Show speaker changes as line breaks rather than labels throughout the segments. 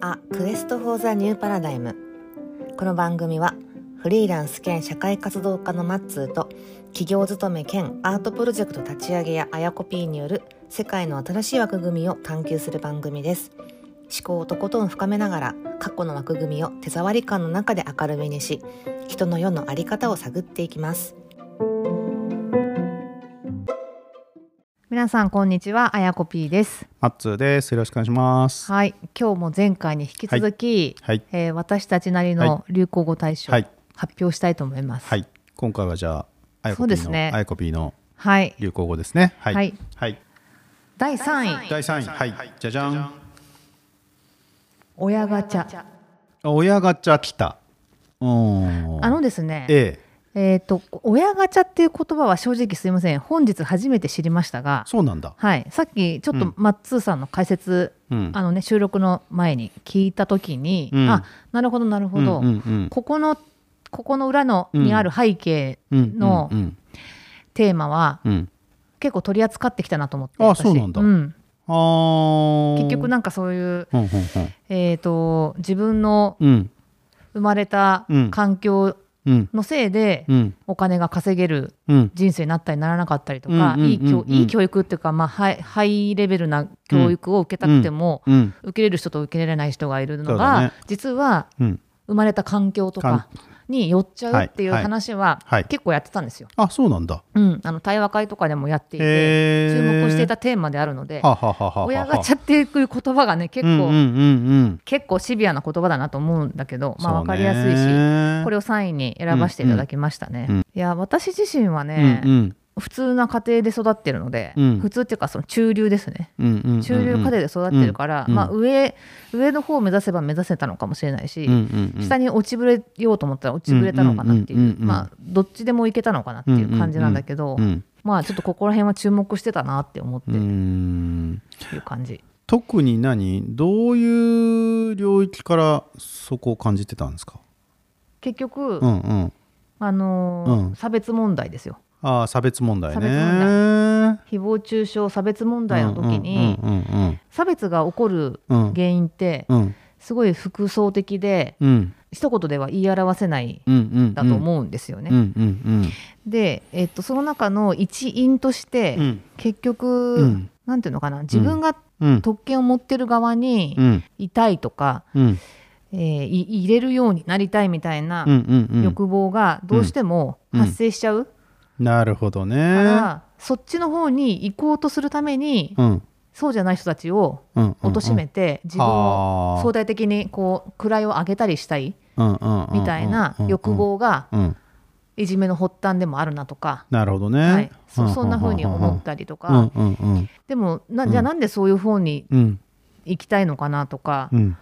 あクエスト・フォー・ザ・ニュー・パラダイムこの番組はフリーランス兼社会活動家のマッツーと企業勤め兼アートプロジェクト立ち上げやあやこ P による世界の新しい枠組みを探求する番組です思考をとことん深めながら過去の枠組みを手触り感の中で明るめにし人の世のあり方を探っていきます皆さんこんにちはあやこ P です
マッツーです。よろしくお願いします。は
はい今日も前回に引き続き、
い。
えー私たちなりの流行語大賞、
はい
発表したいと思います。
はい。今回はじゃあ、アイ
そ
コ
う
ピ
で
ー
す
の、
ね
アイコピーの
はい
流行語ですね。はい。
はい
はい
第3位、
第3位。はい。じゃじゃん。
親ガチャ。
あ親ガチャ来た。うーん。
あのですね、
ええ。
えっ、と、親ガチャっていう言葉は正直すいません、本日初めて知りましたが、
そうなんだ。
はい、さっきちょっ
う
と
ん
マッツーさんの解説、
うん。
あのね、収録の前に聞いたときに、
うん
あなるほど、なるほど、
うんうん
ここの、ここの裏のにある背景
うん。うん
の
うん
テーマは、
うん。うん。
結構取り扱ってきたなと思って、
あ
私
そうなんだあー
結局、なんかそういう、
うんうんうん。
えー、と自分の
うん。
生まれた
うん
環境
うん。
のせいで
うん。
お金が稼げる
うん。
人生になったりならなかったりとか、
うんうん
いい教
うん
いい教育っていうか、まあ、ハイハイレベルな教育を受けたくても、
うん。
受けれる人と受けれない人がいるの
そうだ
が、
ね
実は
うん。
生まれた環境とか
か
に寄っちゃうっていう
はいはい
話は
はい
結構やってたんですよ。
あ、そうなんだ。
うん、あの対話会とかでもやっていて、
へ
注
ー
目していたテーマであるので、
はははははは。
親ガチャっていう言葉がね結
うん
構、
うんうんうん。
結構シビアな言葉だなと思うんだけど、まあ、
そう
分かりやすいし、
ね
これを3位に選ばせていただきましたね。
うんうん
いや私自身はね、
うんうん
普通な家庭で育ってるので、
うん
普通っていうかその中流ですね
うんうんうんうん
中流家庭で育ってるから、
うん
まあ、上上の方を目指せば目指せたのかもしれないし、
うんうんうん
下に落ちぶれようと思ったら落ちぶれたのかなっていう,、
うんうんうんうん
まあ、どっちでもいけたのかなっていう感じなんだけど、
うん
まあちょっとここら辺は注目してたなって思って
うー
る
ん
っていう感じ。
特に何どういう領域からそこを感じてたんですか
結局、
うんうん
あのー
うん
差別問題ですよ
ああ差別問題ね
差別
問
誹謗中傷差別問題の時に、
うんうん
差別が起こる
うんうん
原因って
うん
すごい複層的で
うん
一言では言い表せない
うんうん
だと思うんですよね。
うんうん
で、えっと、その中の一因として、
うん
結局、
うん
なんていうのかな自分が
うん
特権を持ってる側に
うん
いたいとか、
うんうん
えーい入れるようになりたいみたいな
うんうんうん
欲望がどうしても発生しちゃう
なるほどね
から、そっちの方に行こうとするために、
うんうん
そうじゃない人たちを
うんうん
貶としめて自分を
はあ
相対的にこう位を上げたりしたい
うんうんうん
みたいな
うんうん
欲望が
うん
いじめの発端でもあるなとか、
なるほど
は
ね
い、そそんな風に思ったりとか
うんうんうん
でもな
うん
じゃあなんでそういう方に
うん
行きたいのかなとか
うん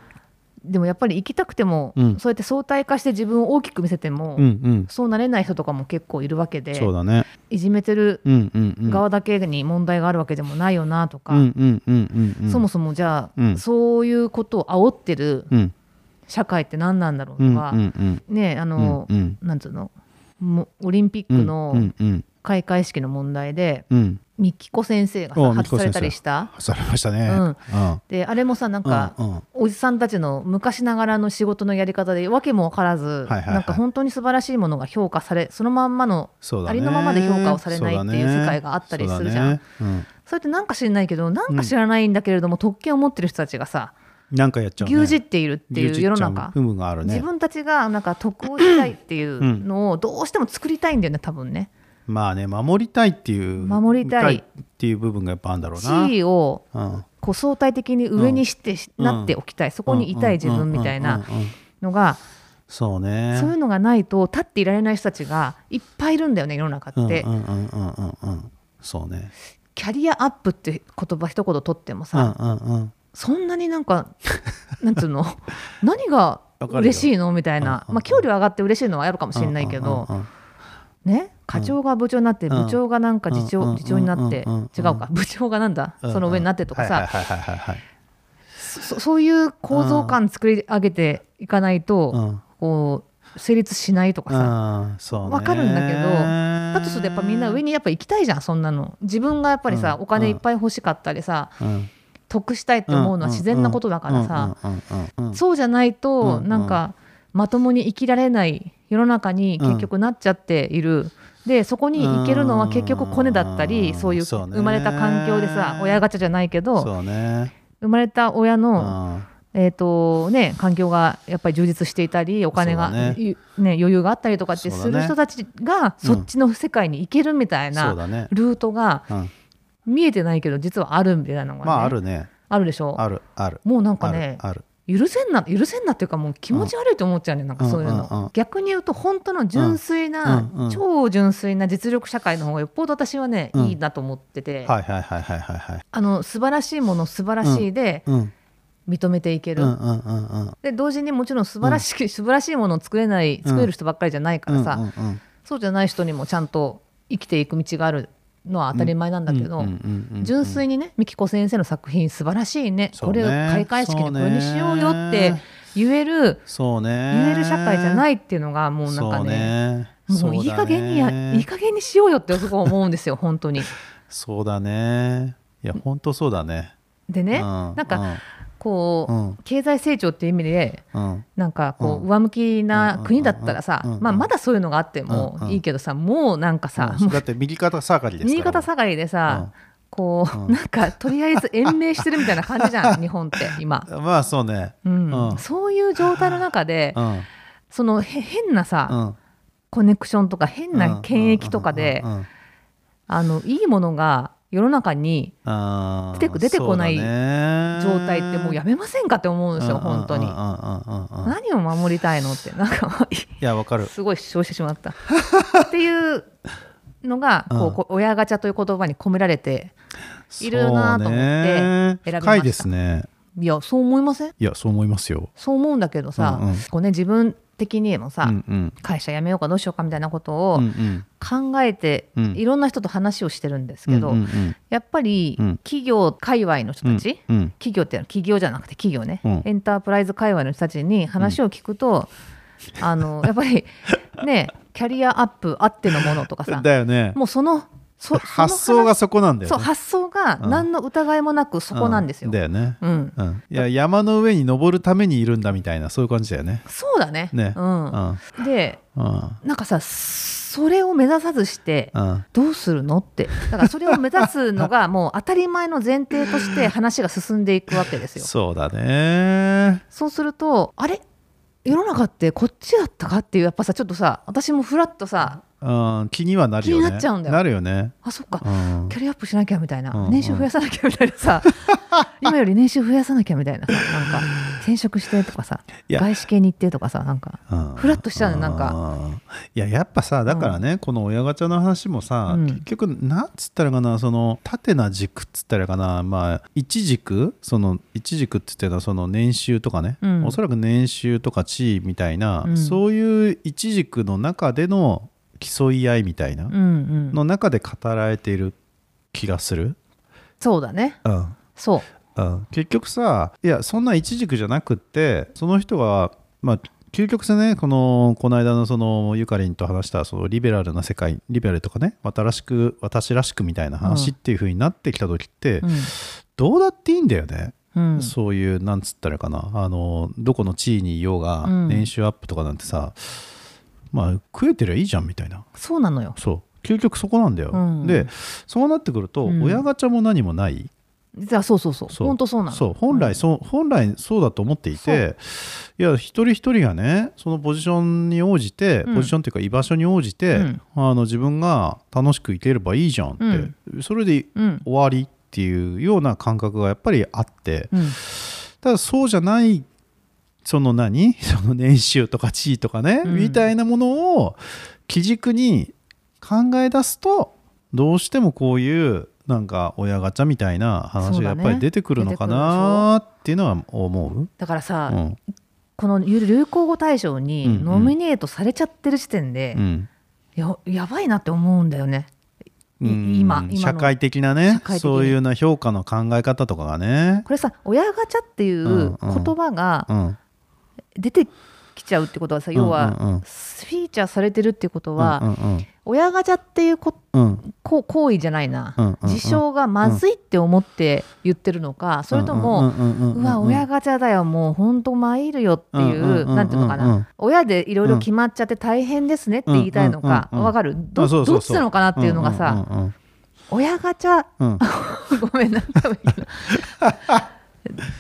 でもやっぱり行きたくても
うん
そうやって相対化して自分を大きく見せても
うんうん
そうなれない人とかも結構いるわけで
そうだね
いじめてる
うんうんうん
側だけに問題があるわけでもないよなと
うんう
か
んうんうん
そもそもじゃ
う
あ
ん
そういうことを煽ってる
うん
社会って何なんだろ
う
うんと
うん
か
う、ん
ねあ
うん
の、
うん
なんつうのもオリンピッ
う
ク
んう
の
んうん
開会式の問題で、
うん
ミキコ先生がさ
おう
発揮
美紀子
され
先生
たりした
されましたね
うん
うん
であれもさなんか、
うんうん
おじさんたちの昔ながらの仕事のやり方で訳も分からず、
はいはい
なんか本当に素晴らしいものが評価されそのまんまの
そうだね
ありのままで評価をされないっていう世界があったりするじゃん
そうだね
それってなんか知らないけどなんか知らないんだけれども、特権を持ってる人たちがさ
うんなんかやっちゃう
牛
ね
耳っているっていう
牛
世
耳
の
っちゃう
中、
有無がある
自
ね
分たちがなんか得をしたいっていうのをどうしても作りたいんだよね多分ね。
まあね守りたいっていう
守りたい
っていう部分がやっぱあるんだろうな
地位を
うん
こう相対的に上にして、
うん
なっておきたいそこにいたい自分みたい
うん
な
うんうんうん
のが、
そうね
そういうのがないと立っていられない人たちがいっぱいいるんだよね世の中って、
うんうんうんうんうんうんそうね
キャリアアップって言葉一言とっても
う
さ、
んうんうん
そんなになん かなんつうの何が
わかるよ
嬉しいのみたいな、
うんうんうん
まあ、給料上がって嬉しいのはあるかもしれないけど、
うんうんうんうん
ね課長が部長になって、
うん
部長がなんか次長,、
うん
次長になって、
うんうんうん
違うか部長がなんだ、その上になってとかさ、
はいはいはいはいはい
そそういう構造感作り上げていかないと、
うん
こう成立しないとかさ
あーそうね
わかるんだけどだ
だ
とするとやっぱみんな上にやっぱ行きたいじゃんそんなの自分がやっぱりさ、
うん
お金いっぱい欲しかったりさ
うん
得したいって思うのは自然なことだからさ、
うんうんうんうん
そうじゃないと、
うん
なんかまともに生きられない世の中に結局なっちゃっている、でそこに行けるのは結局コネだったり、
うん
そういう
そうね
生まれた環境でさ、親ガチャじゃないけど
そうね
生まれた親の、
あ
えーとね、環境がやっぱり充実していたりお金が、
そうだね
ゆね、余裕があったりとかって
そう
す
だね
る人たちがそ,、っちの世界に行けるみたい
ーそ
な
うだね
ルートが
うん
見えてないけど実はあるみたいなのが、ね
まああるね
あるでしょ
あるある
もうなんか
あ
ね
るある
許せんな許せんなっていうかもう気持ち悪いと思っちゃうね、なんかそういうの、
うんうんうん
逆に言うと本当の純粋な、
うんうん
超純粋な実力社会の方がよっぽど私はね、
うん
いいなと思ってて、
はいはいはいはいはいはい
あの素晴らしいもの素晴らしいで
うん
認めていけ
う
る、
んうんうんうん
で同時にもちろん素晴らしい、素晴らしいものを作れない作れる人ばっかりじゃないからさ、
うんうんうん
そうじゃない人にもちゃんと生きていく道があるのは当たり前なんだけど、
うんうんうんうんうん
純粋にね美紀子先生の作品素晴らしいね
そ
こ
うね
れを開会式にこれにしようよって言える、
そうね
言える社会じゃないいっていうのがもうなんかね
そうね
もういい加減にや、
そうだね
いい加減にしようよってすごい思うんですよ本当に。
そうだねいや本当そうだね
でね、
うん
なんかこう、
うん
経済成長っていう意味で
うんうん
なんかこう、
うん
上向きな国だったらさ、
うんうんうんうん
まあ、まだそういうのがあってもいいけどさ、もうなんかさ、
うん
もう
だって右肩下がりです
右
から
肩下がりでさ、こう、
うん
なんかとりあえず延命してるみたいな感じじゃ ん日本って今、
まあそうね
うん
うん
そういう状態の中で、
うんうん
そのへ変なさ、コネクションとか変な権益とかで。
うんうんうんうん
あのいいものが世の中に
あー
出てこ出てこない
そうだね
状態ってもうやめませんかって思うんですよ、
うんうんう
本
ん
当に
うん。うんうんうん
何を守りたいのってなんか
いやわかる
すごい主張してしまったっていうのがこ
う
うんこう親ガチャという言葉に込められているなと思って
そうね
選びました
深いですね
いやそう思いません
いやそう思いますよ
そう思うんだけどさ、
うんうん
こうね、自分的にもさ、
うんうん
会社辞めようかどうしようかみたいなこと
う
を
んうん
考えて、
うん
いろんな人と話をしてるんですけど、
うんうん
やっぱり
うん
企業界隈の人
うん
たち、
うん
企業っていうのは企業じゃなくて企業ね、
うん
エンタープライズ界隈の人たちに話を聞くと、あのやっぱり ねキャリアアップあってのものとかさ
だよ ね
もうそのそその話
発想がそこなんだよ
そう
ね
発想が
うん
何の疑いもなくそこなんですよ。
うだよね
うん
うんいや山の上に登るためにいるんだみたいなそういう感じだよね
そうだね
ね
うん
うん
で
うん
なんかさそれを目指さずして
うん
どうするのってだからそれを目指すのが もう当たり前の前提として話が進んでいくわけです よ。
そうだね
そうするとあれ世の中ってこっちだったかっていうやっぱさちょっとさ私もふらっとさ
うん気にはなるよね
気になっちゃうんだよ
なるよね
あそっか、
うん
キャリアアップしなきゃみたいな、
うんうん
年収増やさなきゃみたいな さ今より年収増やさなきゃみたいなさなんか転職してとかさ
いや
外資系に行ってとかさなんか
うん
フラッとしちゃうのなんか
うんいややっぱさだからね、この親ガチャの話もさ、
うん
結局なんつったらかなその縦な軸っつったらかなまあ一軸その一軸っつってのはその年収とかね、
うん
おそらく年収とか地位みたいな、
うん
そういう一軸の中での競い合いみたいな、
うんうん
の中で語られている気がする。
そうだね
うん
そう
うん、結局さいやそんな一軸じゃなくってその人がまあ究極さねこのこの間のそのゆかりんと話したそのリベラルな世界リベラルとかね私らしく私らしくみたいな話っていう風になってきた時って、どうだっていいんだよね、
うん、うん、
そういうなんつったらいいかなあのどこの地位にいようが
うん
年収アップとかなんてさ、まあ食えてりゃいいじゃんみたいな
そうなのよ
そう究極そこなんだよ、
うん
でそうなってくると、
うん
親ガチャも何もない、
実はそうそうそう
そう
本当そうなの
そう本来そう、本来そうだと思っていていや一人一人がねそのポジションに応じて、
うん
ポジションっていうか居場所に応じて、
うん
あの自分が楽しくいければいいじゃんって、それで
うん
終わりっていうような感覚がやっぱりあって
うん
ただそうじゃないその何 その年収とか地位とかね、
うん
みたいなものを基軸に考え出すとどうしてもこういうなんか親ガチャみたいな話がや
そ
っ
う
ぱ
だね
り出てくるのかなっていうのは思う
だから
う
さ、
ん
この流行語大賞に
うん
ノミネートされちゃってる時点で、
うん
ややばいなって思うんだよねい今
うん
今の
社会的な
社
ね
会的に
そういうような評価の考え方とかがね、
これさ親ガチャっていう
うんうん
言葉が
うん、
出てきちゃうってことはさ要は、
うんうんうん
フィーチャーされてるってことは、
うんうん
親ガチャっていうこ
うんうん
こ行為じゃないな、
うんうんうん
事象がまずいって思って言ってるのか、それとも、
うんうんうん
うわ親ガチャだよもうほんと参るよっていう,、
うんうんうんうん
なんていうのかな、
うん
親でいろいろ決まっちゃって大変ですねって言いたいのか、
うんうんうんうん
わかるど
あそう
ど
そ
っ
う
ち
そう
なのかなっていうのがさ、
うんうん
親ガチャ
うんうん
ごめんなんかもいいけ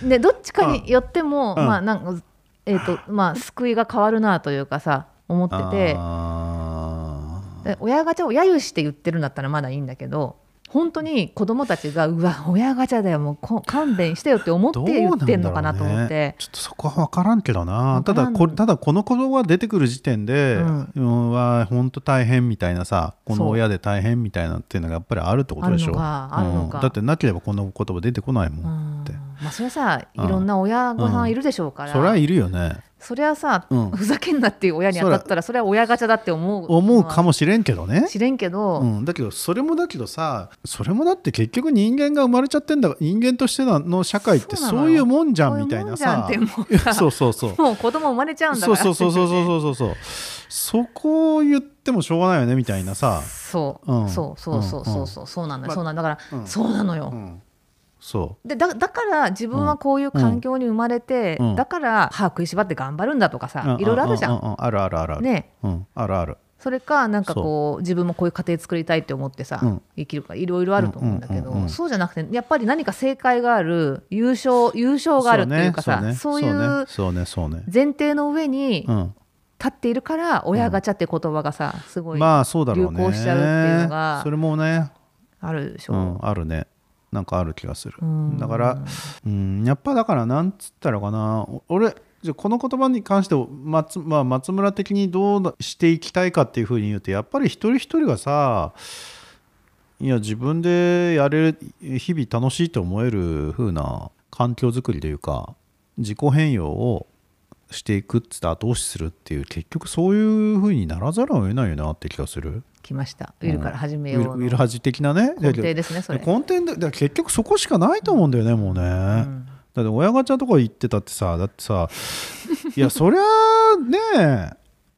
どでどっちかによっても、
うん
まあなんかえっ、とまあ救いが変わるなというかさ思ってて
あー
で親ガチャを揶揄して言ってるんだったらまだいいんだけど本当に子供たちがうわ親ガチャだよもうこ勘弁してよって思って言ってんのかなと思っ
どうなんだろう
て
ね、ちょっとそこは分からんけどな
分
た
から
だ
ん
こただこの子供が出てくる時点で、
う
うんん、わ本当大変みたいなさこ
そ
の
う
親で大変みたいなっていうのがやっぱりあるってことでし
ある
ょ
のかあるのか
うんだってなければこの言葉出てこないも、
うんん
って
まあそれはさい
うん
ろんな親御さんいるでしょうから、
そりゃいるよね
それはさ、
うん
ふざけんなっていう親に当たったらそれは親ガチャだって思う
思うか
も
もしれんけどね、
しれんけど、
うん、だけどそれもだけどさそれもだって結局人間が生まれちゃってんだ人間としてのの社会って
そうなのよ
そういうもんじゃ
こうん
みた
う
い
もん
な
じゃんっ
さ
てもうさ
そうそうそう
もう子供生まれちゃうんだか
そう
ら
そうそうそうそうそうそうそこを言ってもしょうがないよねみたいなさ、
そう、
うん
そうそうそうそうそうそうなんだよ、そうなんだだから、
うん
そうなのよ、
うん、そ
でだだから自分はこういう環境に生まれて、
うん
だから歯食いしばって頑張るんだとか
う
さ、いろいろあるじゃん、
うううあるあるあるある、
ね
うん、あるある
それかなんかこう自分もこういう家庭作りたいって思ってさ、
うん
生きるかいろいろあると思うんだけど、
うんうんうんうん
そうじゃなくてやっぱり何か正解がある優勝優勝があるっていうかさそう,、
そうね
いう
そうねそうねそうね
前提の上に
う
立
ん
っているから親ガチャって言葉がさすごい
まあそうだろうね
流行しちゃうっていうのが
それもね、
あるでし
う
ょ。
ん、あるねなんかある気がする、
うん
だから、うん、やっぱだからなんつったらかなお俺じゃあこの言葉に関して松,、まあ、松村的にどうしていきたいかっていうふうに言うとやっぱり一人一人がさいや自分でやれる日々楽しいと思える風な環境づくりというか自己変容をしていくっつって後押しするっていう結局そういう風にならざるを得ないよなって気がする。
来ましたウィルから始めよ
ウィル
う
ウィル
の
ハジ的なね
根底ですねそれ。
根底でだから結局そこしかないと思うんだよねもうね、
ん
だって親ガチャとか言ってたってさだっ てさいやそりゃね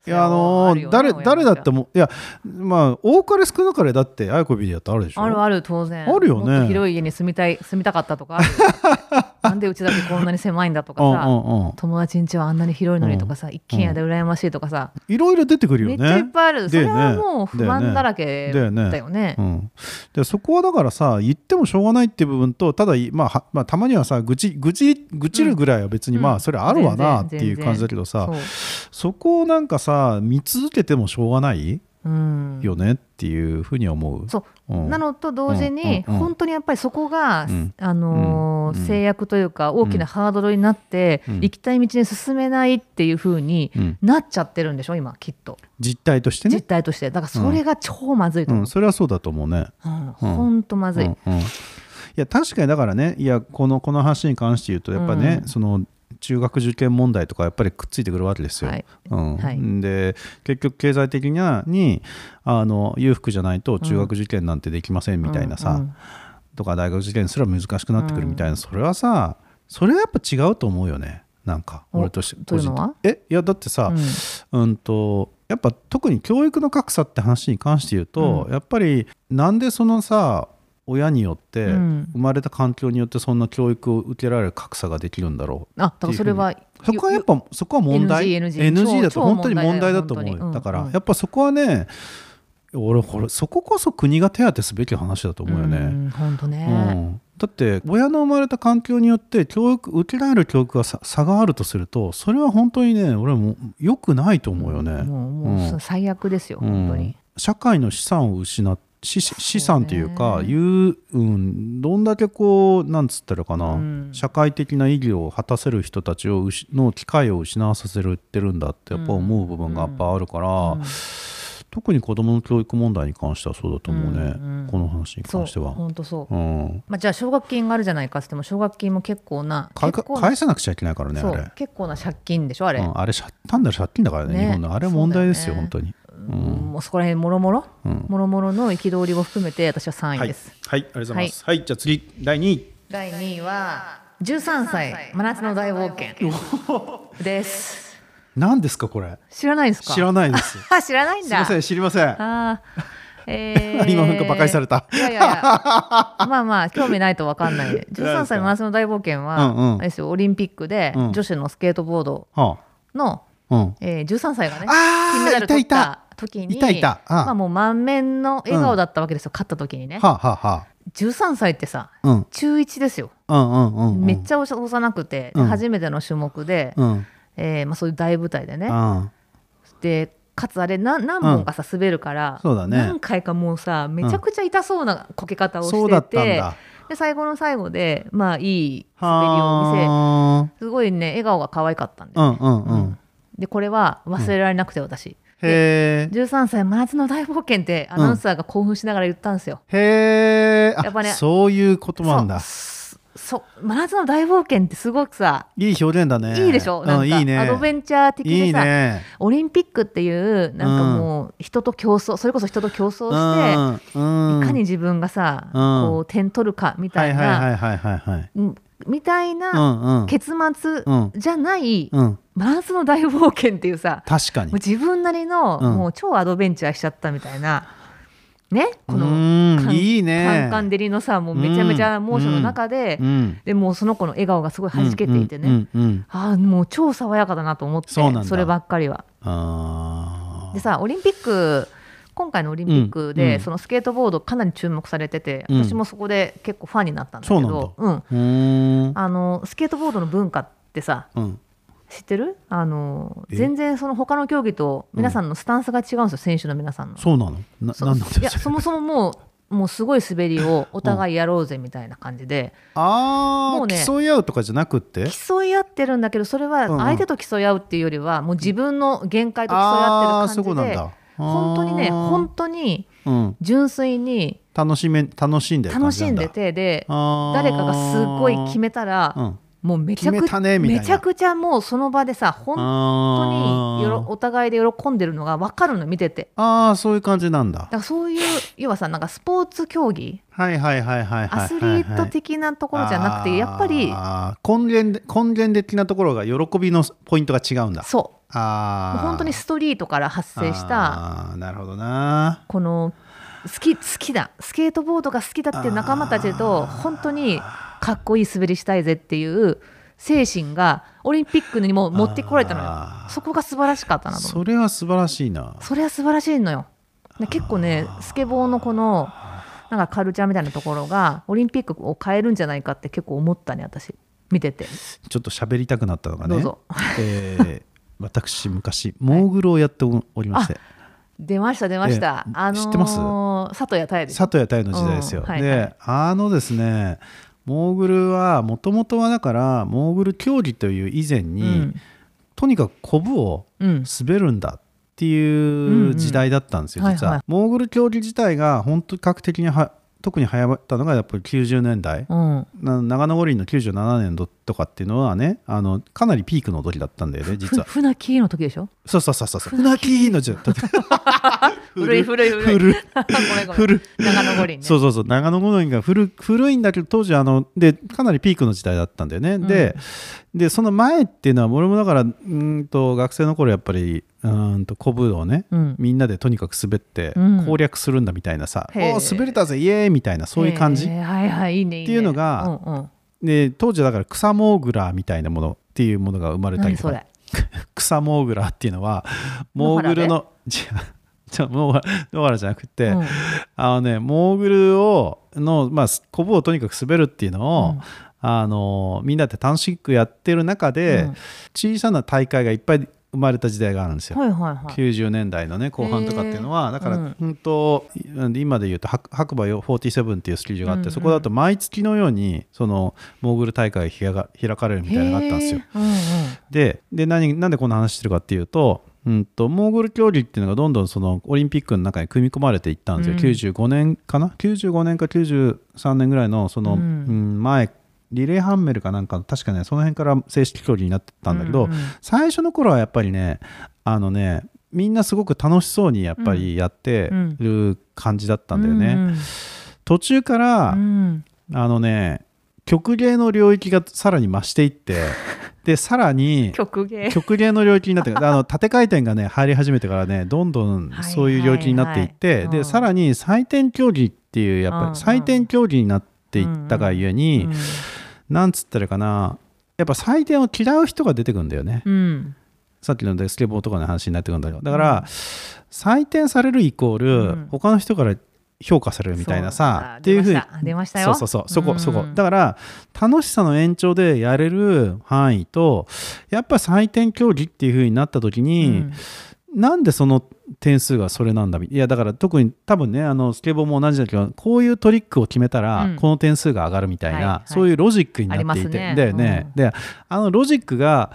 いやあの
それはある
誰
よね
誰だってもいやまあ多かれ少なかれだってあやこビデオってあるでしょ
あるある当然
あるよね
もっと広い家に住みたい住みたかったとかある よなんでうちだけこんなに狭いんだとか
うんう
さ、
んうん
友達ん家はあんなに広いのにとかさ、一軒家で羨ましいとかさ、
いろいろ出てくるよ
め
ね
っちゃいっぱいある、そ
だよ
れ
ね
はもう不
だよ
満
ね
だらけだよね
だようん、でそこはだからさ言ってもしょうがないっていう部分とただ、いまあ、はまあたまにはさ愚痴愚痴愚痴るぐらいは別に、
うん
まあそれあるわな
全
って
然
いう感じだけどさ
そう
そこをなんかさ見続けてもしょうがない
うん
よねっていうふうに思う。
そう
うん
なのと同時に、
うんうんうん
本当にやっぱりそこが、
うん
あのー
うん
制約というか大きなハードルになって、
うん
行きたい道に進めないっていう風に
うん
なっちゃってるんでしょ今きっと
実態として
実
ね、
態としてだからそれが超まずいと
う、
思うん
それはそうだと思うね。うん
ほんとまずい。
うんうんいや確かにだからねいやこのこの話に関して言うとやっぱね、
うん
その中学受験問題とかやっぱりくっついてくるわけですよ。
はい
うん
はい
で結局経済的なにあの裕福じゃないと中学受験なんてできませんみたいなさ、
うん
とか大学受験すら難しくなってくるみたいな、それはさそれはやっぱ違うと思うよねなんか
お
俺として
というのは
個人的えいやだってさ、
うん
うんとやっぱ特に教育の格差って話に関して言うと、
う
やっぱりなんでそのさ親によって、
うん
生まれた環境によってそんな教育を受けられる格差ができるんだろう
あだからそれは
そこはやっぱそこは問題
NG
だ
超
と本当に
超問
問
題
題
だよ
だと思う
本当
よ
に
だか
うんう
ら
ん
やっぱそこはね俺これそここそ国が手当てすべき話だと思うよね。
本当ね、
うんだって親の生まれた環境によって教育受けられる教育がさ差があるとするとそれは本当にね俺はもう良くないと思うよ
も
ね。
うもう
うん
最悪ですよ、本当に。
社会の資産を失っ資資産というか
そうね
いう、うん、どんだけこうなんつったらかな、
うん
社会的な意義を果たせる人たちをうしの機会を失わさせるってるんだってやっぱ思う部分がやっぱあるから、
うん
特に子どもの教育問題に関してはそうだと思うね、
うんうん
この話に
そう
関しては。
本当そう、
うん、
まあ、じゃあ奨学金があるじゃないかっつっても奨学金も結構な
返
結
か
構な
返さなくちゃいけないからねあ
そ
れ
う結構な借金でしょあれ、
うん、あれ借単なる借金だからね
ね
日本のあれ問題ですよ
そうだよね
本当に、
もうそこら辺もろもろ
うん
もろもろの憤りを含めて私は3位です、
はいありがとうご
ざいます、
はいじゃあ次第2位
第2位は13歳真夏の大冒険です
何ですかこれ
知らないですか
知らないです
あ知ら ないん
す
だ
いません知りません
あ ーえー
今なんか馬鹿にされた
いやいやいやまあまあ興味ないと分かんない で13歳の夏の大冒険は、
うんうん
あれですよオリンピックで
うん
女子のスケートボード
は
の、
あうん
えー13歳がね
あー
金メダル取っ
いたいた
た時に
いたいたああ
まあ、もう満面の笑顔だったわけですよ、勝った時にね、
はあ、はあは
13歳ってさ
あ、うん
中1ですよ、
うんうんうんうん
めっちゃ幼くて、
うん
初めての種目で、
うん
えーまあ、そういう大舞台でね、
うん
でかつあれ何何本かさ、滑るから
そうだね
何回かもうさめちゃくちゃ痛そうなこけ方をしてて、
そうだったんだ
で最後の最後でまあいい滑りを見せ
は
すごいね笑顔が可愛かったんで,、
あうんうんう
うん
ん
でこれは忘れられなくて私、
へえ
13歳真夏の大冒険ってアナウンサーが興奮しながら言ったんですよ。
へえ
やっぱね
そういうことなんだ
そうそ真夏の大冒険ってすごくさ、
いい表現だね
いいでしょなん
う
か
んいいね
アドベンチャー的
い
で
い
さ
ね
オリンピックっていうなんかもう人と競争、それこそ人と競争して、
うんうん
いかに自分がさ、
うん
こう点取るかみた
はいい
な、
はいはいはいはいはい
うんみたいうなん
うん
結末
うん
じゃない、
うん
真夏の大冒険っていうさ、
確か
も
に
う自分なりの、
うん
もう超アドベンチャーしちゃったみたいなねこ
う
の
ん
カン
いい
カ
ね
ンカン照りのさもうめちゃめちゃ猛暑の中で、
うん
でもうその子の笑顔がすごい弾けていてね、
うんうんうん
ああもう超爽やかだなと思って
そうなんだ
ればっかりは。
あー
でさオリンピック今回のオリンピックで、
うん
そのスケートボードかなり注目されてて、
うん
私もそこで結構ファンになったんだけど、
そううー
ん、
ん
あのスケートボードの文化ってさ
うん
知ってるあの
え
全然その他の競技と皆さんのスタンスが違うんですよ、選手の皆さんの。
そうなのな
そ
なんなん
いや
だ
そ
それ
もそももうもうすごい滑りをお互いやろうぜみたいな感じで
あ
もう
あ
ね
競い合うとかじゃなくって
競い合ってるんだけどそれは
うんうん
相手と競い合うっていうよりはもう自分の限界と競い合
ああー
って
そ
る
う
感
いうこと
じ
なん
で
だ
本当にね
あー
本当に
うん
純粋に
楽しめ楽しんでる感
楽
じ
し
なん
ん
だ
でてで誰
誰
かがすごい決めたら、
うん
もうめちゃく
決め
ちゃ
たねみたいな
めちゃくちゃもうその場でさ本当によろ
あー
お互いで喜んでるのが分かるの見てて
あーそういう感じなんだ
だからそういう要はさなんかスポーツ競技
はいはいはいはいはい
アスリート的なところじゃなくて、やっぱり
あー根源で根源的なところが喜びのポイントが違うんだ
そ
あ
うもう
あ
本当にストリートから発生した
あーなるほどな
この好き好きだスケートボードが好きだっていう仲間たちと本当にかっこいい滑りしたいぜっていう精神がオリンピックにも持ってこられたのよ
あー
そこが素晴らしかったなと思って
それは素晴らしいな
それは素晴らしいのよ。で結構ねスケボーのこのなんかカルチャーみたいなところがオリンピックを変えるんじゃないかって結構思ったね私見てて
ちょっと喋りたくなったのがね
どうぞ
え ー私昔モーグルをやっておりまして、
出ました出ました、
ええ
あのー、
知ってます
佐藤弥太
佐藤弥太の時代ですよ、
うんはいは
で
い
あのですねモーグルはもともとはだからモーグル競技という以前に、
うん
とにかくコブを
うん
滑るんだっていう時代だったんですよ、
うんうん
実は、
はいは
モーグル競技自体が本当格的には特に流行ったのがやっぱり90年代、
うん
な長野五輪の97年度とかっていうのはねあのかなりピークの時だったんだよね実
ふ
は
船木の時でしょ
そうそうそうそう船木の時だった
古い古い古い
古い
ごめんごめん
古い
長野五輪ね
そうそうそう長野五輪が古古いんだけど当時あのでかなりピークの時代だったんだよね、ででその前っていうのは俺もだからうーんと学生の頃やっぱりうーんと古武道ね、
うん
みんなでとにかく滑って
うん
攻略するんだみたいなさ「
へえ
おー滑れたぜイエーイ!」みたいなそういう感じ
へえはいはいいいねいいね
っていうのが
うんうん、
で当時はだから草モーグラーみたいなものっていうものが生まれたり
何
と
そ
か
れ
草モーグラーっていうのはモーグルのじゃじゃノーラじゃなくて、
うん
あのねモーグルをのまあすコブをとにかく滑るっていうのを、
うん
あのみんなで楽しくやってる中で、
うん
小さな大会がいっぱい生まれた時代があるんですよ。
はいはいはい
90年代のね後半とかっていうのは、だから、
うん
本当今で言うと白白馬よ47っていうスキー場があっ
う
て、
んうん
そこだと毎月のようにそのモーグル大会が開か開かれるみたいなのがあったんですよ
へ。えうんうん
でで何なんでこんな話してるかっていうと,、うん、とモーグル競技っていうのがどんどんそのオリンピックの中に組み込まれていったんですよ、
うん
95年かな95年か93年ぐらいのその、
う
うんん前リレーハンメルかなんかの確かねその辺から正式競技になってたんだけど、
うんうん
最初の頃はやっぱりねあのねみんなすごく楽しそうにやっぱりやってる感じだったんだよね、途中から、
うんうんうん
あのね曲芸の領域がさらに増していってでさらに
曲芸
曲芸の領域になってあの縦回転がね入り始めてからねどんどん
はい
そういう領域になっていって、
はいはいうん
でさらに採点競技っていうやっ
うん
ぱ
うん
り採点競技になっていったがゆえに、なんつったらいいかなやっぱ採点を嫌う人が出てくるんだよね、
うん、うん
さっきのねスケボーとかの話になってくるんだけどだから、採点されるイコール、
うん
他の人から評価されるみたいな
そう
さ
あ
っていうふうに
出ました出ましたよ
そうそうそうそこ、
うん
そこだから楽しさの延長でやれる範囲とやっぱ採点競技っていうふうになった時に、なんでその点数がそれなんだみいやだから特に多分ねあのスケボーも同じだけどこういうトリックを決めたら、
うん
この点数が上がるみたいな、
はいはい
そういうロジックになっていて、
ありますね
だよね、
うん
であのロジックが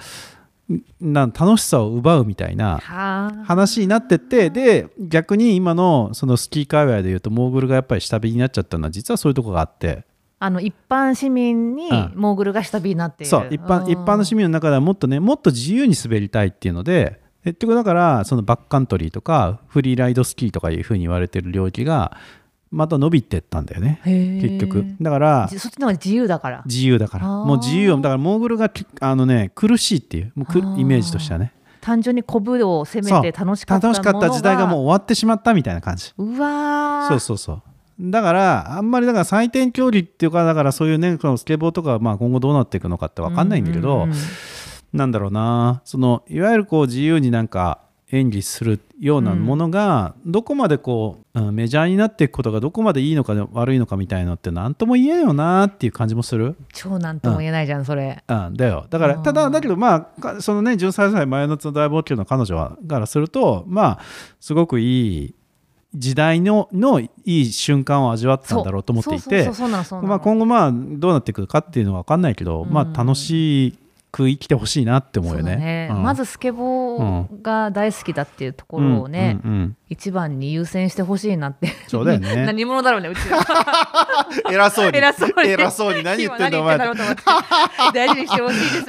んなん楽しさを奪うみたい
は
な、
あ
話になってってで逆に今のそのスキー界隈でいうとモーグルがやっぱり下火になっちゃったのは実はそういうとこがあって
あの一般市民に
うん
モーグルが下火になっている、
そう一般
うん
一般の市民の中ではもっとねもっと自由に滑りたいっていうので結局だからそのバックカントリーとかフリーライドスキーとかいうふうに言われてる領域がまた伸びてったんだよね
へー
結局だから
じそっちの方が自由だから
自由だから
あー
もう自由をだからモーグルがきあのね苦しいっていうもうく
あー
イメージとしてはね
単純にコブを攻
そう
めて楽しかったも
楽
の
しかった時代がもう終わってしまったみたいな感じ
うわー
そうそうそう。だから、あんまりだから採点距離っていうか、だからそういうね、そのスケボーとか、まあ今後どうなっていくのかって分かんないんだけ
う
ど、
う
なんだろうな、そのいわゆるこう自由になんか演技するようなものが、どこまでこう、うんメジャーになっていくことがどこまでいいのか悪いのかみたいなのって、なんとも言えんよなっていう感じもする。
超なんとも言えないじゃん、それ
うん、だよだから
あー
ただだけどまあかそのね13歳前の大冒険の彼女はからするとまあすごくいい時代ののいい瞬間を味わったんだろうと思っていて
そうそうそうそうなのそうなの
まあ今後まあどうなっていくかっていうのは分かんないけど、
うん
まあ楽しく生きてほしいなって思うよ
そ
ね。
だ
うん
まずスケボーが大好きだっていうところをね、
うんうんうん
一番に優先してほしいなって
そうだよ ね
何者だろうねうち は
偉そう
偉そうに
に
今何言ってんだろうと思って大事にしてほしいですね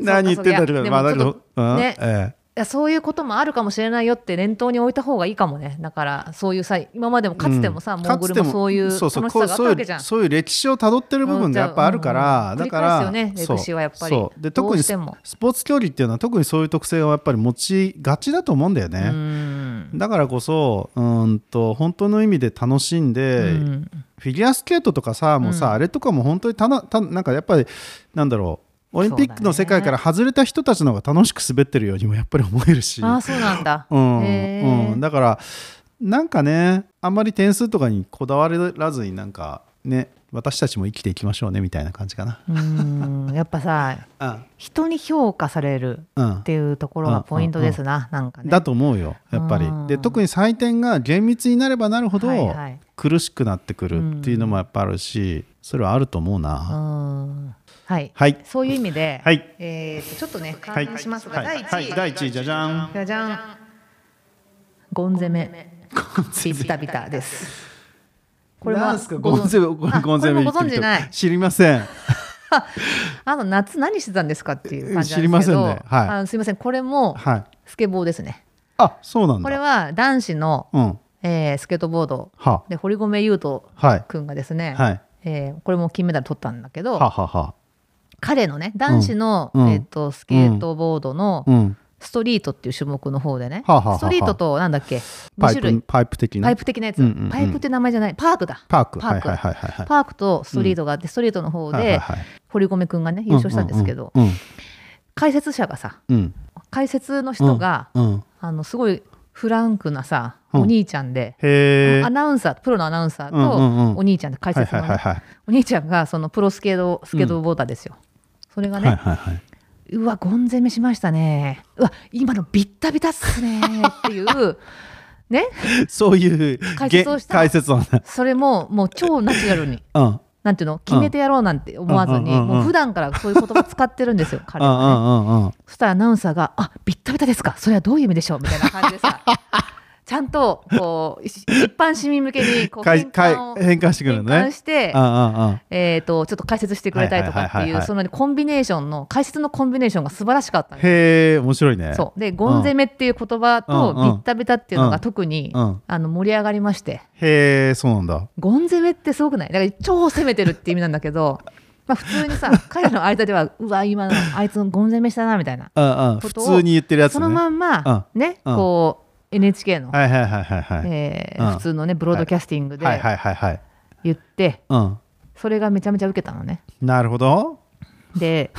何言ってんだけ
そうかそうかいやで
ど
も
まあだけ
ちょ
ど
っ、
うん
ね
ええ
いやそういうこともあるかもしれないよって念頭に置いた方がいいかもねだからそういうさ今までもかつてもさ、
うん
モーグルもそういう楽し
か
さ
つて
が
もそうそう
あったわけじゃん
こうそういうそういう歴史をたどってる部分がやっぱあるから、
うんじゃあうんうん
だから
繰り返すよね
そう
歴史はやっぱり
そう
ど
で
う
特に
しても
スポーツ競技っていうのは特にそういう特性をやっぱり持ちがちだと思うんだよ
う
ね、
ん
だからこそうーんと本当の意味で楽しんで、
うん
フィギュアスケートとかさもうさ、
うん
あれとかも本当にたなたなんかやっぱりなんだろうオリンピックの世界から外れた人たちの方が楽しく滑ってるようにもやっぱり思えるし
ああそうなんだ
うん
へー
うん、だからなんかねあんまり点数とかにこだわらずになんかね私たちも生きていきましょうねみたいな感じかな。
うんやっぱさ人に評価される
うん
っていうところがポイントですな、なんかね
だと思うよやっぱり
うん。
で特に採点が厳密になればなるほど
はいはい
苦しくなってくるっていうのもやっぱあるしそれはあると思うな。
うんはい、
はい
そういう意味で、
はい
えーとちょっとね関
はい
連しますが、
は
第
いはい
1位、
第1位じゃじゃん。
じゃじゃんゴン攻めビッタビタですこれは
なんすか
ご
ゴン
存
ゼミゴンゴンゼミ
あこれもご存知ない
知りません。
あの夏何してたんですかっていう感じなんですけど
知りませんねはい
あのすいませんこれも
はい。
スケボーですね
あそうなんだ。
これは男子の、
うん。
えースケートボード
は
で堀米雄斗
はい
くんがですね、
はい
えーこれも金メダル取ったんだけど
ははは。
彼のね男子の、
うん
えー、とスケートボードの
うん。
ストリートっていう種目の方でね、
はあはあはあ
ストリートとなんだっけ2
パイ
種類
プパイプ的な
パイプ的なやつ、
うんうんうん
パイプって名前じゃないパークだ
パーク
パーク
はいはいはいはいはい。
パークとストリートがあって、ストリートの方で、
はいはいはい
堀米くんがね優勝したんですけど、
うんうん
解説者がさ
うん
解説の人が、
うんうん
あのすごいフランクなさ、
うん
お兄ちゃんで、
へえ
アナウンサープロのアナウンサー
うんうんう
と
ん
お兄ちゃんで解説のね、
はいはいはい
お兄ちゃんがそのプロスケートスケートボーダーですよ、それがね、
はいはいはいはいう
わゴン攻めしましたねうわ今のビッタビタっすねっていうね
そういう
解説をした
げ解説をね
それももう超ナチュラルに
うんうん
なんていうの決めてやろうなんて思わずに、
うんうんうんうん
もう普段からそういう言葉使ってるんですよ彼
う
はね、
んうんうん
そしたらアナウンサーが「あビッタビタですかそれはどういう意味でしょう」みたいな感じで さちゃんとこう一般市民向けにこう
解
変
解
換を
変換してくる
変
の
換
ね
して
うんうんうん
えー、とちょっと解説してくれたりとかっていう、
はいはいはいはい
そのねコンビネーションの解説のコンビネーションが素晴らしかったんです
へえ面白いね
そうでゴン攻めっていう言葉と
うん
ビ
うん
ッタビタっていうのが特に、
うん
あの盛り上がりまして
へえそうなんだ
ゴン攻めってすごくないだから超攻めてるって意味なんだけど まあ、普通に さ彼らの間ではうわ今のあいつのゴン攻めしたなみたいな
ああ普
ことを
通に言ってるやつね
そのまんまね
うん
こう NHK の、
はいはいはいはいはい、
え
うん
ー普通のねブロードキャスティング
はい
で
はいはいはい
言って
うん
それがめちゃめちゃ受けたのね
なるほど
で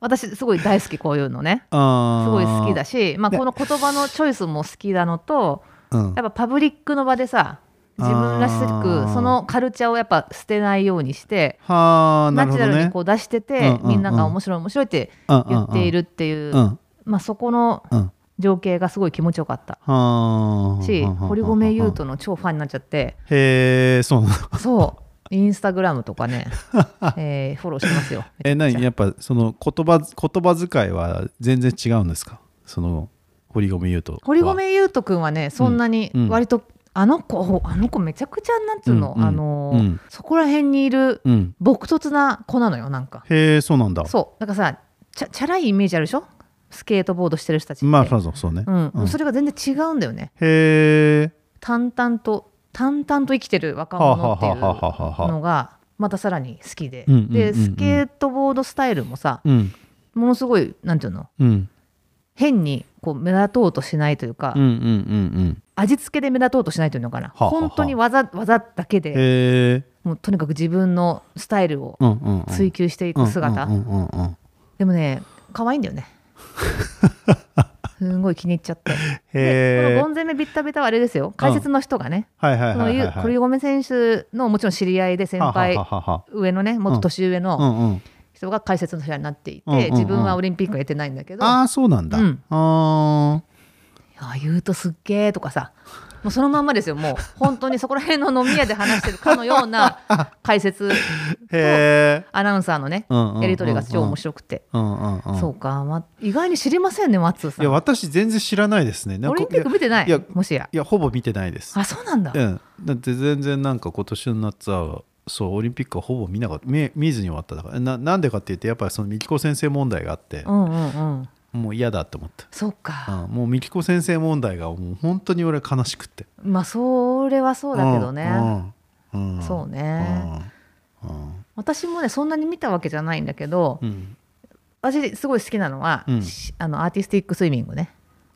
私すごい大好きこういうのね
す
すご
ご
い好きだ
し、
し、まあ、
で
この言葉のチョイスも好きなのと
うん
やっぱパブリックの場でさ自分らし
あー
くそのカルチャーをやっぱ捨てないようにして、
はあな
ナチ
るほ
ュラ
ど
ル
ね
にこう出してて、
うんうんうん
みんなが面白い面白いって言っているっていう、
うんうん
まあ、そこの
うん
情景がすごい気持ちよかった
はあ
し堀米雄斗
の
の超ファンになっちゃって
へえそうなの
そうインスタグラムとか ね、えーフォローしてますよ。
え
めちゃ
何
くちゃ
やっぱその言葉言葉遣いは全然違うんですかその堀米雄斗は
堀米雄斗君はねそんなに
うん
割と、あの子あの子めちゃくちゃなんつうの、
うんうん
あのー
うん
そこら辺にいる
うん
朴突な子なのよなんか
へえそうなんだ
そうなんかさチャチャラいイメージあるでしょスケートボードしてる人たちって、
まあそうそうそうね、
うん
うん
それが全然違うんだよね
へえ
淡々と淡々と生きてる若
はあは
者
あ
ってい
は
う
あはあはあはあ
のがまたさらに好きで、
うんうんうんうん
でスケートボードスタイルもさ
うん
ものすごいなんていうの
うん
変にこう目立とうとしないというか、
うんうんうん
味付けで目立とうとしないというのかな、
はあはあ
本当に技技だけ
うん
で
へえ
もうとにかく自分のスタイルを
うんうんうん
追求していく姿、
うんうんうんうん
でもね可愛いんだ よねすんごい気に入っちゃってでこ
へ
の
え
ゴン攻めビッタビタはあれですよ解説の人がね、
はいはい
その
はいは
ゆ
いはい
堀米選手のもちろん知り合いで先輩
はははは
上のねもっと年上の
うんうん
人が解説の人になっていて、
うんうんうん
自分はオリンピックはやってないんだけど「
ああそうなんだ、
うん
あ
いや言うとすっげえ」とかさもうそのまんまですよもう本当にそこら辺の飲み屋で話してるかのような解説
ーへえ
アナウンサーのねやり取りが超面白くて、
うんうんうん
そうか、ま、意外に知りませんね松さ
いや
ん
私全然知らないですねなん
オ
か
リンピック見てない
いや
もしや
いやほぼ見てないです
あそうなんだ、
うんだって全然なんか今年の夏はそうオリンピックはほぼ見なかった見見ずに終わっただからななんでかって言ってやっぱりそのみきこ先生問題があって
う、んうんうん
もう嫌だって思った
そうか、
うん、もうみきこ先生問題がもう本当に俺は悲しくって
まあそれはそうだけどね、
うんうん
そうね、
うん
私もねそんなに見たわけじゃないんだけど、
うんうん
私すごい好きなのは、
うん
しあのアーティスティックスイミングね、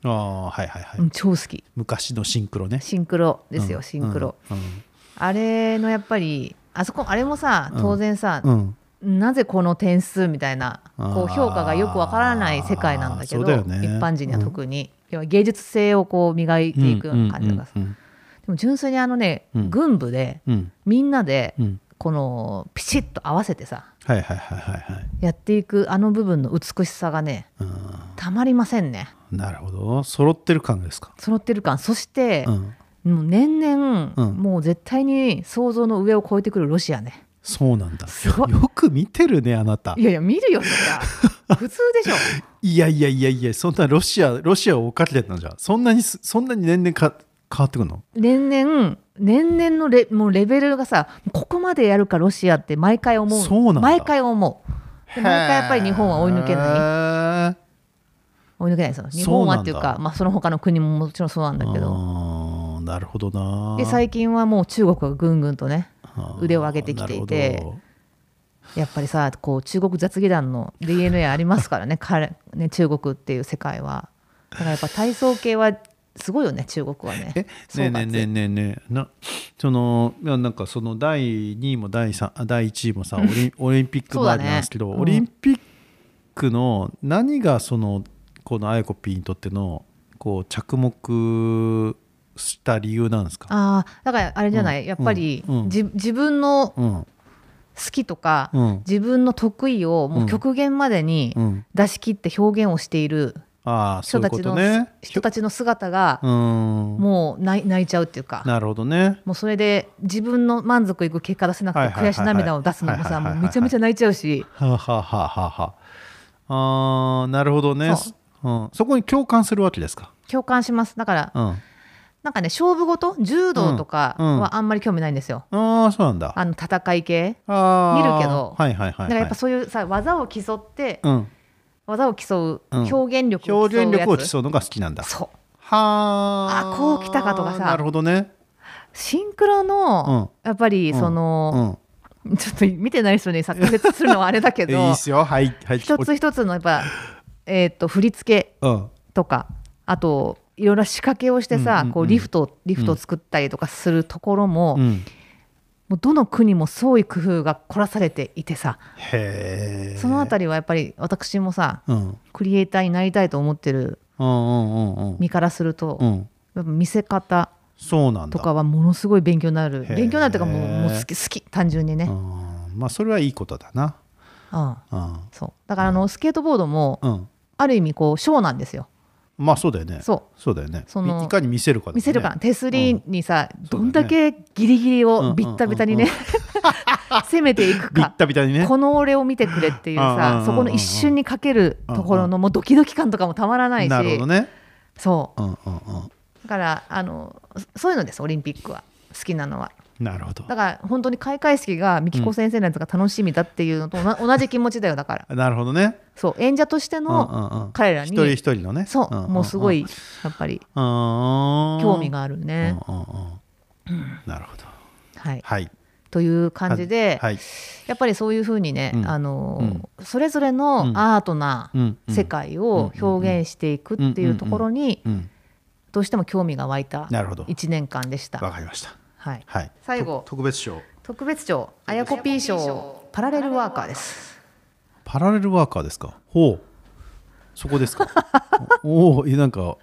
ああはいはいはい、
うん超好き
昔のシンクロね
シンクロですよ、
うん
シンクロ、
うん
あれのやっぱりあそこあれもさ
うん
当然さ、
うんうん
なぜこの点数みたいな
あー
こう評価がよくわからない世界なんだけど
そうだよね
一般人には特に、要は芸術性をこう磨いていくような感じがさ、
うんうん
でも純粋にあのね、
うん
軍部で
うんうん
みんなで
うん
このピシッと合わせてさ
はいはいはいはいはい
やっていくあの部分の美しさがね
う
たまりませんね
んなるほど揃ってる感ですか、
揃ってる感そして
う、ん、
もう年々、
うん
もう絶対に想像の上を超えてくるロシアね
そうなんだ
すごい
よく見てるねあなた
いやいや見るよそりゃ普通 でしょ
いやいやいやいやそんなロシアロシアを追っかけてたのじゃんそんなにすそんなに年々か変わってくるの
年々年々のレもうレベルがさここまでやるかロシアって毎回思う
そうなんだ
毎回思うで毎回やっぱり日本は追い抜けない
ない
追い抜けないですよ日本はっていう
そうな
か
んだ
まあ、その他の国ももちろんそうなんだけど
なるほどな
で最近はもう中国がぐんぐんとね
あー
腕を上げてきていて
なるほど
やっぱりさこう中国雑技団の DNA あります からね彼ね中国っていう世界はだからやっぱ体操系はすごいよね中国はね
えねえねえねえねえねえなそのいやなんかその第2位も第三あ第1位もさオリンオリンピック
そうだ
周
ね
りなんですけど、
うん
オリンピックの何がそのこのあやこ P にとってのこう着目した理由なんですか
ああだからあれじゃない、
うん
やっぱり、
うん
じ自分の
うん
好きとか、
うん
自分の得意をもう極限までに
うん
出し切って表現をしている
ああ
人
そうい
た
うこ
ちの、
とね
人たちの姿が
うん
もう泣い泣いちゃうっていうか。
なるほどね
もうそれで自分の満足いく結果出せなく
はい
て
はいはい
悔し涙を出すのも
は
さ
いはいはい
も
は
う
い
めちゃめちゃ泣いちゃうし
はあ、はあはあはあはああーなるほどね、
そう
ん、そこに共感するわけですか、
共感しますだから
うん、あ
なんかね勝負事柔道とか
うんうん
はあんまり興味ないんですよ、
あそうなんだ
あの戦い系
あー
見るけど
はいはいはい、
だ
はい、
からやっぱそういうさ技を競って
うん、
技を競う
うん
表現力を競
表
うやつ、
現力を競うのが好きなんだは
そう
あ
あこう来たかとかさ
なるほどね
シンクロの、
うん
やっぱり
うん
その、
うん
ちょっと見てない人に作説するのはあれだけ
えいい
ど
っすよはいはい
一つ一つのやっぱ、えー、と振り付け
うん
とかあといろいろ仕掛けをして
うん
さ、
うんうん
こうリフトをリフトを作ったりとかするところも,、
うん
もうどの国も創意工夫が凝らされていてさ
へえ
そのあた
り
りはやっぱり私もさ
うんうん
クリエイターになりたいと思ってる
うんうんうん
身からすると、
うん
やっぱ見せ方
そうなんだ
とかはものすごい勉強になる
へー
勉強になるというかもうもう好き好き単純にね、
うんまあそれはいいことだな
うん
うん
そうだからあのスケートボードも
うん
ある意味こうショーなんですよ
まあそうだよね
そう
そうだよね
その
いいかに見せるかだよね
見せるかな手すりにさ、
ん
どんだけギリギリをビッタビタにね、
うん
攻めていく
ビッ
か
タビタにね
この俺を見てくれっていう
うんうんうんう
さ
ん
そこの一瞬にかけるところ
うん
のもうドキドキ感とかもたまらないし
なるほどね
そ
うんうんうん
うだからあのそそういうのですオリンピックは好きなのは
なるほど
だから本当に開会式が美希子先生のやつが楽しみだっていうのと同同じ気持ちだよだから
なるほどね
そう演者として
うん
の
うんうん
彼ら
一
に
人一人のね
そ
んん
うんもうすごいやっぱり興
興
味があるね
うんうんうんなるほど
はい
はい
という感じで
はい
やっぱりそういうふうにね、
うん
あの
うん
それぞれ
う
の
ん
アートな
うんうん
世界を表現していくっていうところに
うん
どうしても興味が湧いた
なるほど
1年間でした
わ。かりました
はい、
はい
最後
と特別賞
特別賞あやこ P 賞パラレルワーカーです。
パラレルワーカーですかほうそこで すかおおーいやなんかお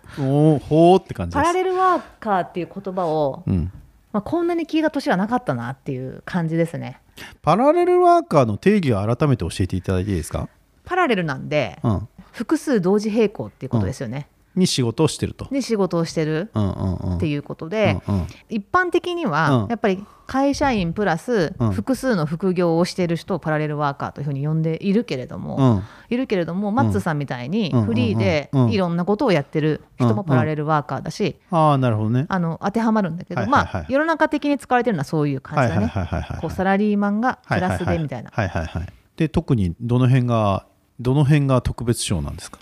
おほうって感じ
パ
です
ラレルワーカーっていう言葉を、
うん
まあ、こんなに聞いた年はなかったなっていう感じですね。
パラレルワーカーの定義を改めて教えていただいていいですか、
パラレルなんで
うん、
複数同時並行っていうことですよね。
に仕事をしてると。
で仕事をしてる
うんうんうん、
って
う
いうことで、
んうん
一般的には
うん
やっぱり会社員プラス
うん
複数の副業をしている人をパラレルワーカーというふうに呼んでいるけれども、
うん
いるけれどもマッツーさんみたいに
うん
フリーで
うん
いろんなことをやってる人
う
も
ん
パラレルワーカーだし、
ああなるほどね。
あの当てはまるんだけど、
はいはい
ま
はい
あ世の中的に使われてるのはそういう
は
感
い
じ
は
だ
い
ね、
はいはいはい。
こうサラリーマンが
は
プ
いはい
ラ
はい
スでみたいな、
はいはいはい。で特にどの辺がどの辺が特別賞なんですか。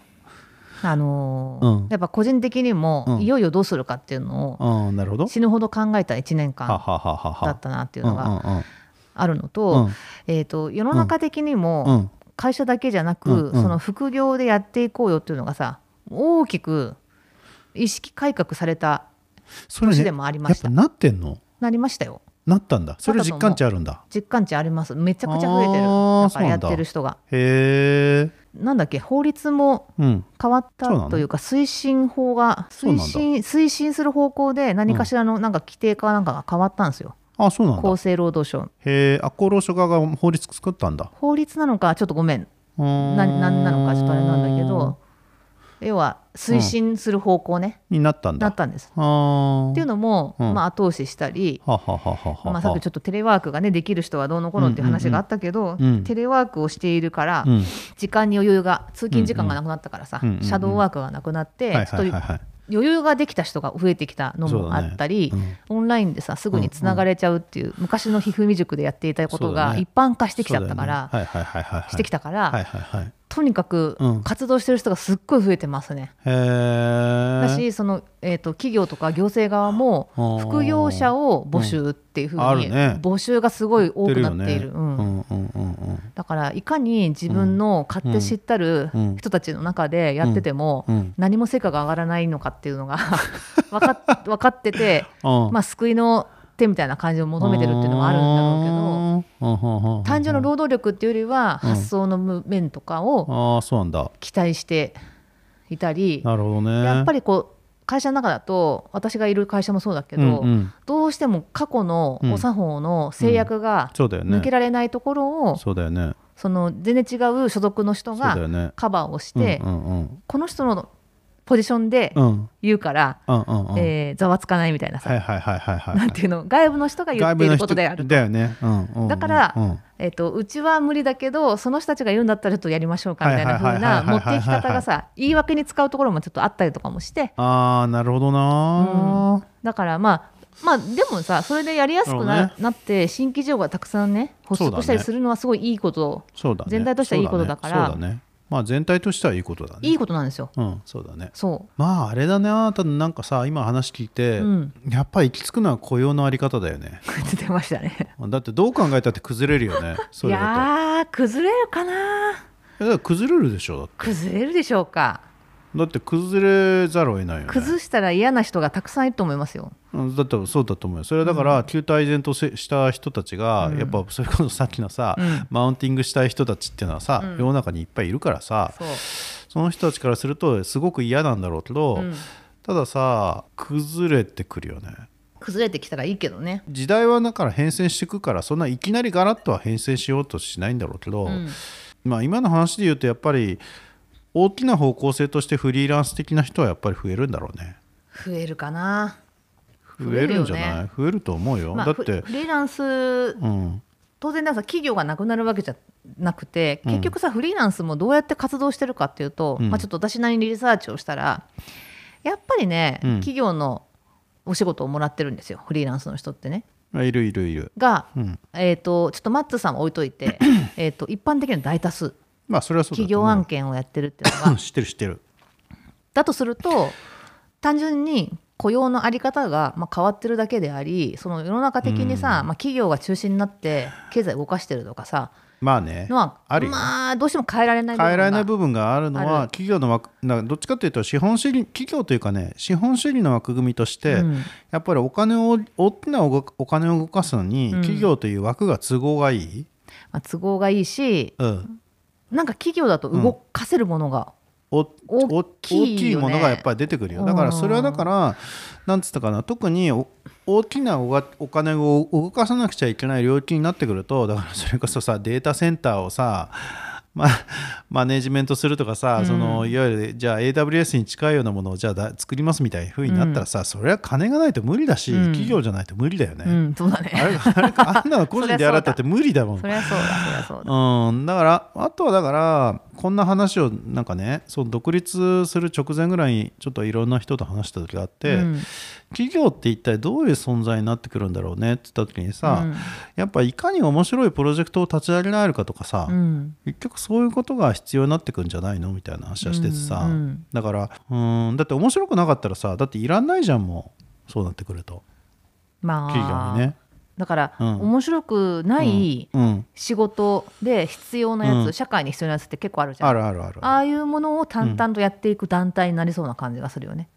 あのー
うん
やっぱ個人的に
う
も
ん
いよいよどうするかっていうのを
ああなるほど。
死ぬほど考えた1年
はは
間
はははは。
だったなっていう
うん
の
う
が
ん
あるのと,、
うん
えー、と世の中的にも、
うんうん
会社だけじゃなく、
うんうん
その副業でやっていこうよっていうのがさ大きく意識改革された
それ
年
ね
でもありました
やっぱなってんの
なりましたよ
なったんだ。それ実感値あるんだ。
実感値ありますめちゃくちゃ増えてる
あー
だから
そうな
や
ん
っ
だ
てる人が
へえ。
なんだっけ法律も
うん
変わっ
そうな
た
の
というか推進法が
そうな
推
んだ
進推進する方向で何かしらのなんか規定かなんかが変わったんですよ、
あそうなんだ。へ
厚生労働省
え。あ厚労省側が法律作ったんだ。
法律なのかちょっとごめん
な
ななんなのかちょっとあれなんだけど要は推進する方向ね、
になったんだ。
なったんです
あー
っていうのも、
うん
まあ、後押ししたり、
ははははは。
まあ、さっきちょっとテレワークが、ね、できる人はどうのこうのっていう話があったけど、
うん
テレワークをしているから、
うん
時間に余裕が通勤時間がなくなったからさ、
うんうんうん
シャドーワークがなくなって、
はい
ち
はい
ょ
はい
っと
はい
余裕ができた人が増えてきたのもあったり、
そうだね
オンラインでさすぐにつながれちゃうっていう、昔のひふみ塾でやっていたこと
そうだ
が
ね
一般化してきちゃったから、
そうだよねはいはいはいはいはい、
してきたから、
はいはいはい
とにかく
うん
活動してる人がすっごい増えてますね。
へー
だしその、えー、と企業とか行政側も
あー
副業者を募集っていうふう
うんあ
に
るね
募集がすごい多くなっている
よね
うん
うんうんうん
だからいかに自分の買って知ったる
うん
人たちの中でやってても
うんうん
何も成果が上がらないのかっていうのが 分かっ分かってて、
うん
まあ、救いの手みたいな感じを求めてるっていうのもあるんだろうけど
うけど、うんうんうん、
単純な労働力っていうよりは
うん
発想の面とかを
ああそうなんだ
期待していたり、
なるほどね
やっぱ
り
りこう会社の中だと私がいる会社もそうだけど、
うんうん、
どうしても過去の
うん
お作法の制約が
そうだよね
抜けられないところを、
そうだよね
その全然違う所属の人
そうだよ
が
ね
カバーをし
うん
て、
うんうん
この人のポジションで
うんうん
言うから、
うんうん
えーざわつかないみたいなさ、
はいはいはいはいはい
なんていうの外部の人が言っていることであ
外部の人
る。
だよね、うんうんうん、
だから
うん、
えっとうちは無理だけどその人たちが言うんだったらちょっとやりましょうかみたいな風
は
ない
はいはいはい
持
は
っ
い
ていき方がさ言い訳に使うところもちょっとあったりとかもして
ああなるほどなー、
だからまあまあでもさそれでやりやすく
なる
な,、
ほ
なって新規事業がたくさんね発
そうだ
足
ね
したりするのはすごいいいこと、
そうだね
全体としてはいいことだから
そうだねまあ全体としてはいいことだね
いいことなんですよ
うんそうだね
そ
まああれだねあなたなんかさ今話聞いて、
うん
やっぱ行き着くのは雇用のあり方だよね
う 出ましたね
だってどう考えたって崩れる よねそ
いう
いうこといや
やー崩れるかな
だから崩れるでしょだって
崩れるでしょうか
だって崩れざるを得ないよね
崩したら嫌な人がたくさんいると思いますよ
うんだってそうだと思うよそれはだから旧態依然とせした人たちが、
うん
やっぱそれこそさっきのさ、
うん
マウンティングしたい人たちっていうのはさ、
うん
世の中にいっぱいいるからさ
そう
その人たちからするとすごく嫌なんだろうけど、
うん
たださ崩れてくるよね
崩れてきたらいいけどね
時代はだから変遷していくからそんないきなりガラッとは変遷しようとしないんだろうけど、
うん
まあ今の話で言うとやっぱり大きな方向性としてフリーランス的な人はやっぱり増えるんだろうね
増えるかな
増えるんじゃない
増え
増
る
え
よ
る,、と思うよ、
まあ
だっ
フ
て
フリーランス
うん
当然なんか企業がなくなるわけじゃなくて
うん
結局さ、フリーランスもどうやって活動してるかっていうと、
うん
まあ、ちょっと私なりにリサーチをしたらやっぱりね、
うん
企業のお仕事をもらってるんですよフリーランスの人ってね。
あいるいるいる、
が、
うん、
えー、とちょっとマッツさんは置いとい てえーと一般的には大多数
まあそれはそうだ
企
と
業
思う
案件をやってるっていうの
う
が
ん知ってる知ってる
だとすると単純に雇用のあり方が、まあ、変わってるだけでありその世の中的にさ、まあ、企業が中心になって経済動かしてるとかさ
まあね
のは
あるよね
まあどうしても変えられない部分が
変えられない部分があるの
あ
は
る
企業の枠などっちかというと資本主義企業というかね資本主義の枠組みとして、
うん
やっぱりお金を大きなおごお金を動かすのに、
うん
企業という枠が都合がいい、
まあ、都合がいいし
うん、
なんか企業だと動かせるものが、
おお
大きいよね
大きいものがやっぱり出てくるよだからそれはだからなんつったかな特にお大きなおがお金を動かさなくちゃいけない領域になってくるとだからそれこそさデータセンターをさまあ、マネジメントするとかさ、
うん
そのいわゆるじゃあ AWS に近いようなものをじゃあだ作りますみたいな風になったらさ、それは金がないと無理だし、
うん
企業じゃないと無理だよね、
うんそうだ
あ
ね
れあれあんなの個人でやらったって無理だも ん
そりゃそうだそりゃそうだ
うん、だからあとはだからこんな話をなんかねその独立する直前ぐらいにちょっといろんな人と話した時があって、
うん
企業って一体どういう存在になってくるんだろうねって言った時にさ、
うん
やっぱいかに面白いプロジェクトを立ち上げられるかとかさ、
うん
結局そういうことが必要になってくるんじゃないのみたいな話はしててさ、
うんうん
だからうんだって面白くなかったらさだっていらないじゃんもうそうなってくると
まあ
企業にね。
だから、
うん
面白くない
うんうん
仕事で必要なやつ、
うん
社会に必要なやつって結構あるじゃん
あるあるある
ああいうものを淡々とやっていく団体になりそうな感じがするよね。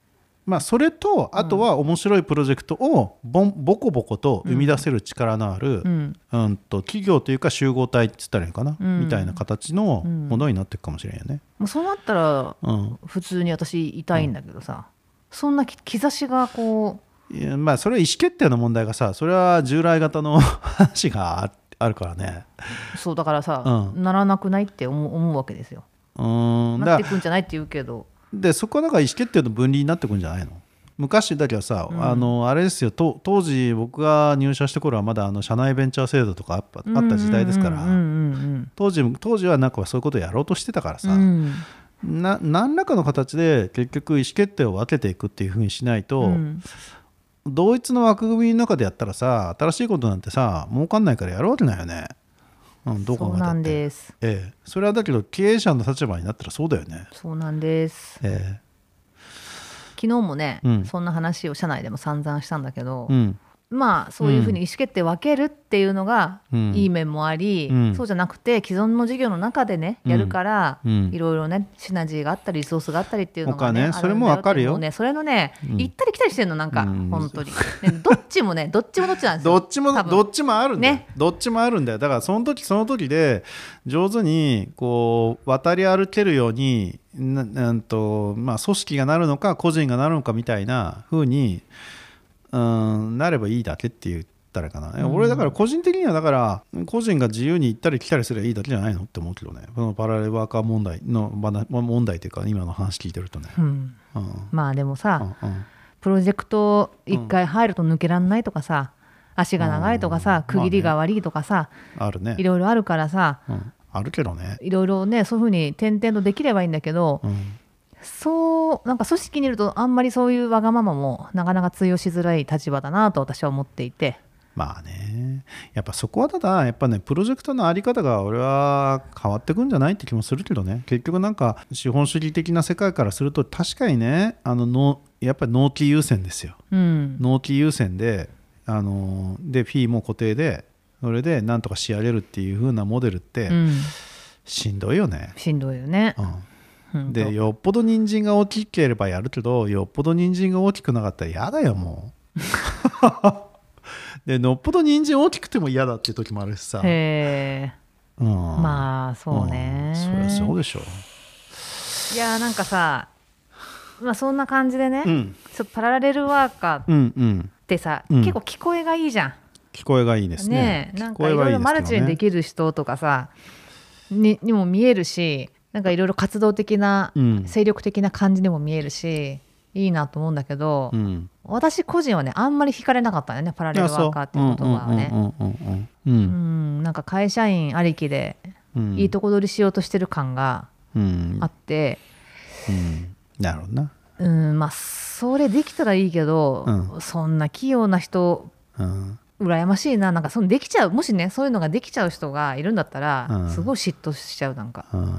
まあ、それとあとは面白いプロジェクトをボンボコボコと生み出せる力のある、
う
うん
ん、
と企業というか集合体って言ったらいいのかな、
うん
みたいな形のものになっていくかもしれんよね。
もうそうなったら
うん
普通に私痛いんだけどさ、そんなき兆しがこ
いやまあ、それは意思決定の問題がさそれは従来型の話がああるからね。
うそうだからさ、
う
ならなくないって思う思うわけですよ。
うーん
な
だ
ってくんじゃないって言うけど、
でそこはだから意思決定の分離になってくるんじゃないの昔だけどさ、
うん
あのあれですよと当時僕が入社した頃はまだあの社内ベンチャー制度とかあっぱあった時代ですから、
うんうんうん
当時も当時はなんかそういうことをやろうとしてたから
う
さ、
んうん、
な何らかの形で結局意思決定を分けていくっていうふうにしないと、
うん
同一の枠組みの中でやったらさ新しいことなんてさ儲かんないからやるわけないよね、うん、どう
そ
考
う
えた
な
っ
ん
て
です。
ええ、それはだけど経営者の立場になったらそうだよね、
そうなんです。
ええ
昨日もね、
うん
そんな話を社内でも散々したんだけど、
うん
まあそういうふうに意思決定分けるっていうのが
うん
いい面もあり、
うん
そうじゃなくて既存の事業の中でねやるから、
うん
いろいろねシナジーがあったりリソースがあったりっていうのがね
他ね
あるんだ
それもわかるよ
ってもうねそれのね、
うん
行ったり来たりしてるのなんか、
うん
本当に、ね、どっちもねどっちもどっちなんです
ど
よ
っちも
多分
どっちもあるんだよ、
ね
どっちもあるんだよだからその時その時で上手にこう渡り歩けるようにななんと、まあ、組織がなるのか個人がなるのかみたいな風にうんなればいいだけって言ったらいいかな、
うん
俺だから個人的にはだから個人が自由に行ったり来たりすればいいだけじゃないのって思うけどねこのパラレルワーカー問題のまだま問題というか今の話聞いてるとね。
うん、
うんうん
まあでもさ、
うん
プロジェクト一回入ると抜けらんないとかさ足が長いとかさ、
うん
区切りが悪いとかさ、
あるね
い、ろいろあるからさ
うん、あるけどね、
いろいろねそういうふうに点々とできればいいんだけど、
うん
そうなんか組織にいるとあんまりそういうわがままもなかなか通用しづらい立場だなと私は思っていて
まあねねやっぱそこはただやっぱねプロジェクトのあり方が俺は変わってくんじゃないって気もするけどね結局なんか資本主義的な世界からすると確かにねあののやっぱり納期優先ですよ
うん
納期優先であのでフィーも固定でそれでなんとか仕上げるっていう風なモデルって
うん
しんどいよね、
しんどいよね
うん
うん
でよっぽど人参が大きければやるけどよっぽど人参が大きくなかったら嫌だよも うでのっぽど人参大きくても嫌だっていう時もあるしさ、
へえ
うん、
まあそうね、
んそりゃそうでしょ
いやーなんかさまあそんな感じでね、
うん
そうパラレルワーカーっ
うんうん
てさ、
うん
結構聞こえがいいじゃん
聞こえがいいですね
ねえなん
聞こ
か
え
い
が
ろい
い
ろ
いですけどね
マルチにできる人とかさににも見えるしなんかいろいろ活動的な、
うん
精力的な感じでも見えるしいいなと思うんだけど、
うん
私個人はねあんまり惹かれなかったんだよねパラレルワーカーっていう言葉はね。
ねう
うんんなんか会社員ありきで
うん
いいとこ取りしようとしてる感が
うん
あって、
うんなるほどな
うんまあそれできたらいいけど、
う
そんな器用な人
うん
羨ましいななんかそのできちゃうもしねそういうのができちゃう人がいるんだったら、
うん
すごい嫉妬しちゃうなんか
うん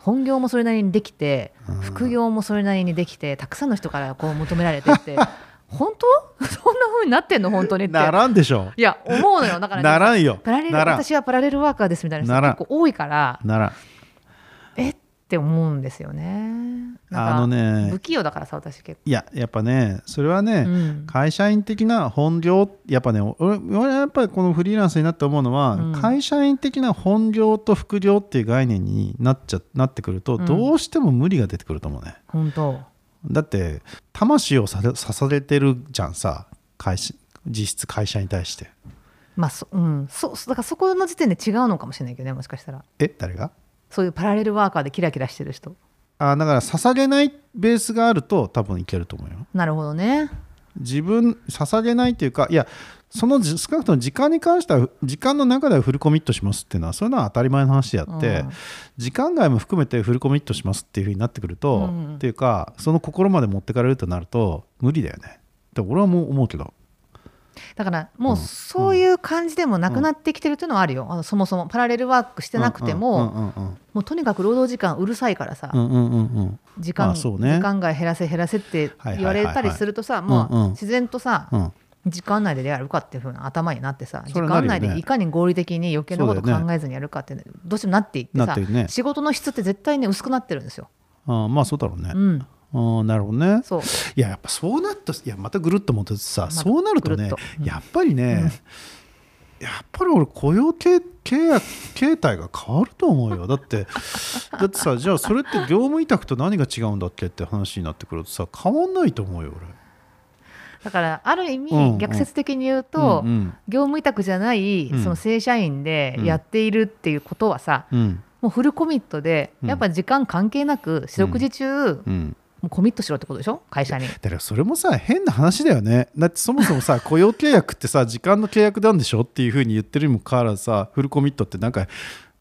本業もそれなりにできて
うん
副業もそれなりにできてたくさんの人からこう求められて って本当そんな風になってんの本当にって
ならんでしょ
いや思うのよだからね、
ならんよ
パラレル
ならん
私はパラレルワーカーですみたいな
な
人
らん
結構多いから
ならん
えって思うんですよねなんか
あのね
不器用だからさ私結
いややっぱねそれはね、
構、うん
会社員的な本業やっぱね俺俺はやっぱりこのフリーランスになって思うのは、
うん
会社員的な本業と副業っていう概念になっちゃなってくると、
うん
どうしても無理が出てくると思うね
本当
だって魂をさ刺されてるじゃんさ会社実質会社に対して
まあそうんそそだからそこの時点で違うのかもしれないけどねもしかしたら
え誰が
そういうパラレルワーカーでキラキラしてる人
あだから捧げないベースがあると多分いけると思うよ
なるほどね
自分捧げないというかいやそのじ少なくとも時間に関しては時間の中ではフルコミットしますっていうのはそういうのは当たり前の話であって、
うん
時間外も含めてフルコミットしますっていうふうになってくると、
うん
っていうかその心まで持ってかれるとなると無理だよねで俺はもう思うけど
だからもうそういう感じでもなくなってきてるっていうのはあるよ、あのそもそもパラレルワークしてなくても、
うん
もうとにかく労働時間うるさいからさ、
うんうんうんうんうん
時
ま
間
あそうね
時間外減らせ減らせって
はいはい
言
は
わ
いはい
れたりするとさ、
うん
も
うん
う自然とさ、
うんうん
時間内でやるかっていうふうな頭になってさ、時
それはな
間
るよ
内
ね
でいかに合理的に余計なこと
そうだよね
考えずにやるかって、どうしてもなっていって
なっ
さ
てるね
仕事の質って絶対ね薄くなってるんですよ。
ああまあそうだろうね
う、ん、
ああなるほどね
そう
いややっぱそうなったいやまたぐるっと戻ってさ、
た
そうなると
ぐる
ね
っとうん
やっぱりね、やっぱり俺雇用形契約形態が変わると思うよだってだっ てさじゃあそれって業務委託と何が違うんだっけって話になってくるとさ変わんないと思うよ俺。
だからある意味、
うんうん
逆説的に言うと、
うんうん
業務委託じゃない、
うん
その正社員でやっているっていうことはさ、
うん
もうフルコミットで、
うん
やっぱ時間関係なく四六時中、
うん、
もうコミットしろってことでしょ会社に。
だからそれもさ変な話だよねだってそもそ もさ雇用契約ってさ時間の契約なんでしょっていうふうに言ってるにもかかわらずさフルコミットってなんか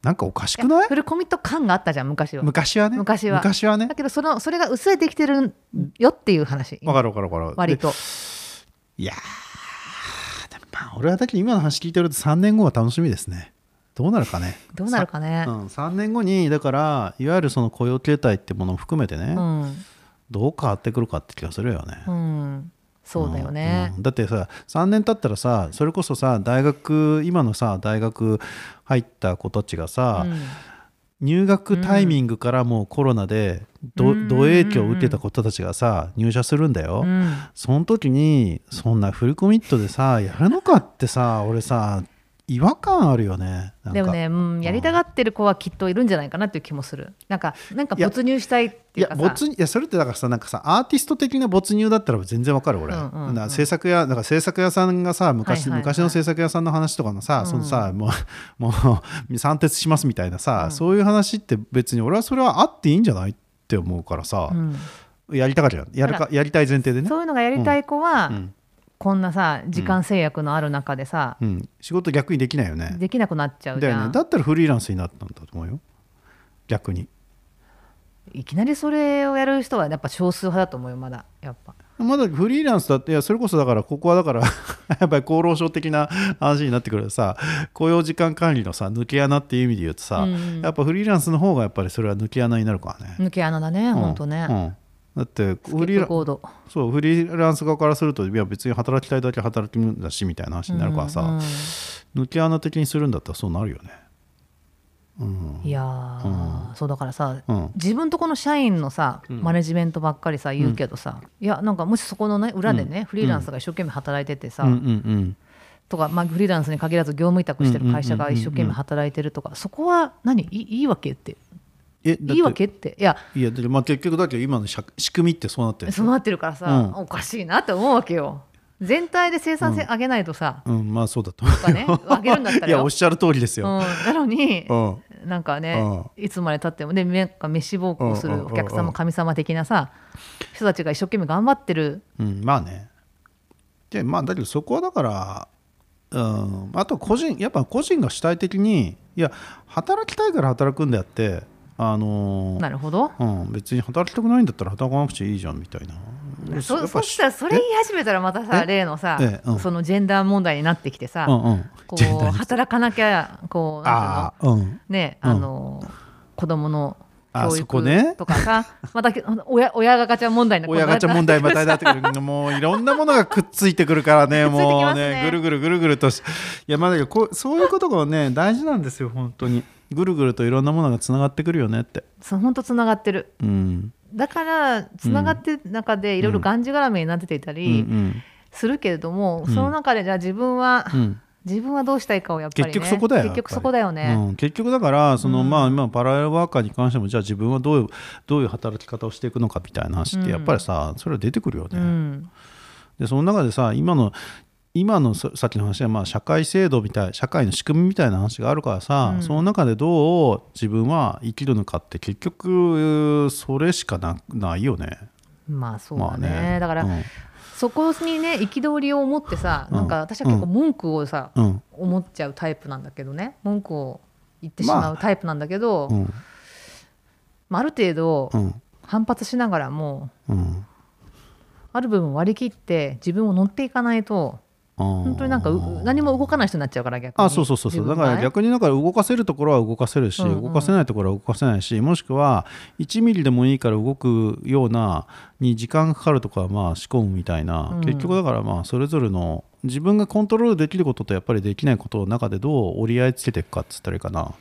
なんかおかしくない
フルコミット感があったじゃん昔は。
昔はね
昔は
昔はね
だけどそのそれが薄れてきてるよっていう話
わかるわかるわかる
割と
いやーでもまあ俺はだけど今の話聞いてると3年後が楽しみですねどうなるかね
どうなるかね
さ、うん、3年後にだからいわゆるその雇用形態ってものを含めてね、
うん
どう変わってくるかって気がするよね、
うん、そうだよね
うん、だってさ3年経ったらさそれこそさ大学今のさ大学入った子たちがさ、
うん
入学タイミングからもうコロナでど、
うん
ど影響を受けた子たちがさ入社するんだよ、
うん
その時にそんなフルコミットでさやるのかってさ俺さ違和感あるよねなんか
でもね、うん、やりたがってる子はきっといるんじゃないかなっていう気もするなんかなんか没入したいって
い
いう
や
かさ
没入いやそれってだからさなんかさアーティスト的な没入だったら全然わかる俺、
うんうんうん
な制作屋だから制作屋さんがさ昔,、
はいはいはい
昔の制作屋さんの話とかのさ、
うん
そのさもう もう 散徹しますみたいなさ、そういう話って別に俺はそれはあっていいんじゃないって思うからさ、
うん
やりたがるじゃんやる
だ
か
か
やりたい前提でね
そういうのがやりたい子は、
うん
こんなさ時間制約のある中でさ、
うん、仕事逆にできないよね
できなくなっちゃうじ
だよ
ゃん
ねだったらフリーランスになったんだと思うよ逆に
いきなりそれをやる人はやっぱ少数派だと思うよまだやっぱ
まだフリーランスだっていやそれこそだからここはだから やっぱり厚労省的な話になってくるとさ雇用時間管理のさ抜け穴っていう意味で言うとさ、
うん
やっぱフリーランスの方がやっぱりそれは抜け穴になるからね。
抜け穴だね
うん
ほんとね、
うんだって
スキ
フリー
ッ
ラ
プコード
そうフリーランス側からするといや別に働きたいだけ働きんだしみたいな話になるからさ、
うん
抜け穴的にするんだったらそうなるよね。うん
いやー、そうだからさ
うん
自分とこの社員のさマネジメントばっかりさ言うけどさ、いやなんかもしそこのね裏でね、フリーランスが一生懸命働いててさ、
うんうん
とか、まあ、フリーランスに限らず業務委託してる会社が一生懸命働いてるとか、そこは何いいいいわけって
え
いいわけっていや
いやだってまあ結局だけど今のしゃ仕組みってそうなってる
そうなってるからさ、
う
おかしいなって思うわけよ全体で生産性上げないとさ、
うんまあそうだと思う
とか ね上げるんだったら
い
よ
やおっしゃる通りです
うん、
よ、
なのに、
うん
なんかね、いつまでたってもでなんか飯暴行するお客
うんうんうんう
様
ん
神様的なさ人たちが一生懸命頑張ってる
うん、まあねでまあだけどそこはだからうんあと個人やっぱ個人が主体的にいや働きたいから働くんであってあのー
なるほど
うん、別に働きたくないんだったら働かなくちゃいいじゃんみたいなや
そ
っぱ
そしたらそれ言い始めたらまたさ
え
例のさ、
ええうん
そのジェンダー問題になってきてさ、
うんうん
こ
ジェンダ
う
ーに
働かなきゃこうなん
ああう
て
ん
いうのね
うん
あの、子供の
あ
教
そこね
育とかさ、 また親親がガチャ問題な
親ガチャ問題またになってく るもういろんなものがくっついてくるからね
くっついてき
も
ま
う
す
ね
ね
ぐるぐるぐるぐるとしいやまあだけどこうそういうことがね大事なんですよ本当にぐるぐるといろんなものがつながってくるよねって
そう本当つながってる
うん
だからつながってる中でいろいろがんじがらめになってた
う
り
ん
するけれども、
うん
その中でじゃあ自分は、
うんうん
自分はどうしたいかをやっぱり、ね、
結局そこだよ
結局そこだよね、
うん、結局だからその、
うん
まあ今パラレルワーカーに関してもじゃあ自分はどういうどういう働き方をしていくのかみたいな話ってやっぱりさ、それは出てくるよね、
うん
でその中でさ今の今のささっきの話はまあ社会制度みたい社会の仕組みみたいな話があるからさ、
うん
その中でどう自分は生きるのかって結局それしかなないよね。
まあそう
ま
だ
あ
ね,、
ね
だから、
うん
そこにね憤りを持ってさ、
うん
なんか私は結構文句をさ、
うん
思っちゃうタイプなんだけどね文句を言ってしまうタイプなんだけど、
うん
まあ、ある程度
うん
反発しながらも
うん
ある部分割り切って自分を乗っていかないと
本
本当になんかう何も動かない人になっちゃうから逆に
あそうそうそうそう
自分
だか
がね
ら逆にだから動かせるところは動かせるし、
うんうん
動かせないところは動かせないしもしくは1ミリでもいいから動くようなに時間がかかるとこはまあ仕込むみたいな、
うん
結局だからまあそれぞれの自分がコントロールできることとやっぱりできないことの中でどう折り合いつけていくかっつったらいいかな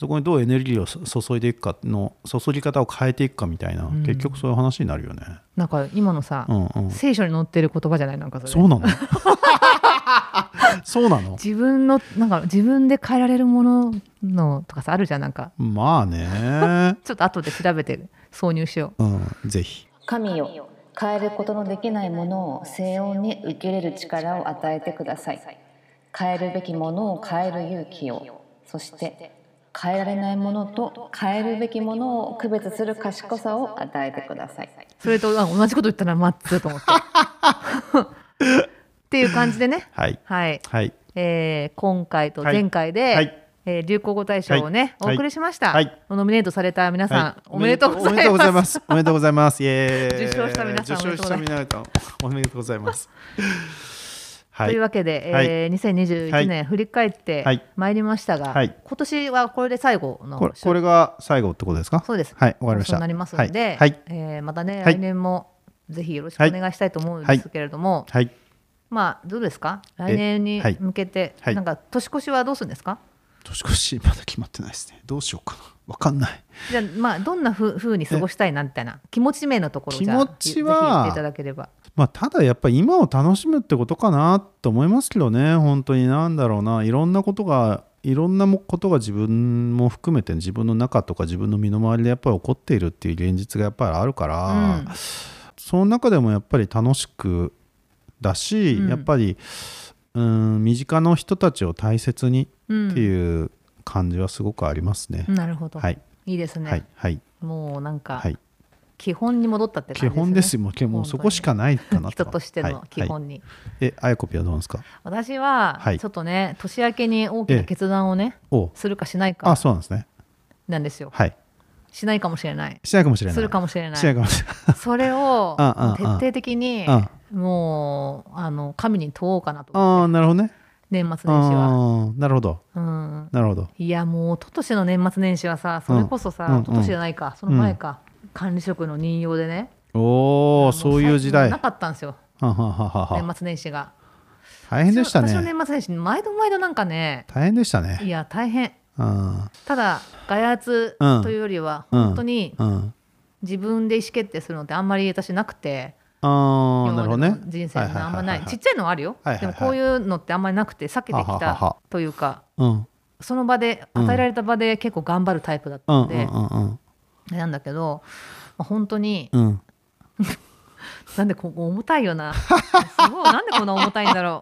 そこにどうエネルギーを注いでいくかの注ぎ方を変えていくかみたいな、
ん
結局そういう話になるよね。
なんか今のさ、
うんうん、
聖書に載ってる言葉じゃないなんかそれ
そうなの そうなの
自分のなんか自分で変えられるもののとかさあるじゃんなんか
まあね。
ちょっと後で調べて挿入しよ
うん、ぜひ。
神よ変えることのできないものを静音に受け入れる力を与えてください変えるべきものを変える勇気をそして変えられないものと変えるべきものを区別する賢さを与えてくださいう
それとあ同じこと言ったらマッツー と思ってっていう感じでね
はい。
はい
はい。
えー今回と前回で、
はいはい
えー流行語大賞をね、
はい
お送りしました、
はい
ノミネートされた皆さん、
はい
おめでとうござ
おめでとう
い
ござい
ま
ますす。おめでとうございます。イエーイ
受賞した皆さん
受賞した皆さん、おめでとうござい ます。は
と
い
いう。わけで、
はい
えー2021年振り返って
はい
まいりましたが、
はい
今年はこれで最後の
これ、これが最後ってことですか。
そうです
はい、わかりました。
そうなりますので、
はい。はい。
えーまたね
はい
来年もぜひよろしく
はい
お願いしたいと思うんですけれども、
はい
まあどうですか来年に
はい
向けて、
はい
なんか年越しはどうするんですか、
年越し、まだ決まってないですね。どうしようかな。わかんない。
じゃあまあどんなふうふうに過ごしたいなみたいな気持ち面のところをじゃあ
気持ちは
ぜひ言っていただければ
まあ、ただやっぱり今を楽しむってことかなと思いますけどね本当になんだろうないろんなことがいろんなもことが自分も含めて自分の中とか自分の身の回りでやっぱり起こっているっていう現実がやっぱりあるから、
うん
その中でもやっぱり楽しくだし、
うん
やっぱりうん身近な人たちを大切に
うん
っていう感じはすごくありますね。
なるほど、、
はいい、
いですね、
はい、はい、
もうなんか
はい、
基本に戻ったって感じ
基
です、ね、
本ですよ、もうもうそこしかないかな
人としての基
はいはい
本に、
え、あやこぴはどうなんですか
私は
はい
ちょっとね、年明けに大きな決断をね
お
するかしない
あ
か
そうなんですね
なんですよ
はい
しないかもしれない
しないかもしれない
するかもしれない
しないかもしれな い
それを
あああ
徹底的に
あ
もうあの神に問おうかなと
ああなるほどね
年末年始は、
ああなるほど
うん、
なるほど
いやもう一昨年の年末年始はさそれこそさ、
うんうん
一昨年じゃないかその前か、管理職の任用でね
お
も
おそういう時代
な
は
かったんですよ
はははは
年末年始が
大変でした
私の
ね
年末年始毎度毎度なんかね
大変でした
い
ね
や大変
うん
ただ外圧
うん
というよりは
うん
本当に
うん
自分で意思決定するのってあんまり私なくて、
ああ
今
なるほ
まで
どね
の人生のあんまない
はははは
ちっちゃいのはあるよ、
はいはいはい
でもこういうのってあんまりなくて避けて
は
き
ははは
たというか
うん
その場で
うん
与えられた場で結構頑張るタイプだっ
う
た
ん
の
う
で、
んうん
なんだけど、まあ、本当に
うんうん
なんでここ重たいよな すごいなんでこんな重たいんだろ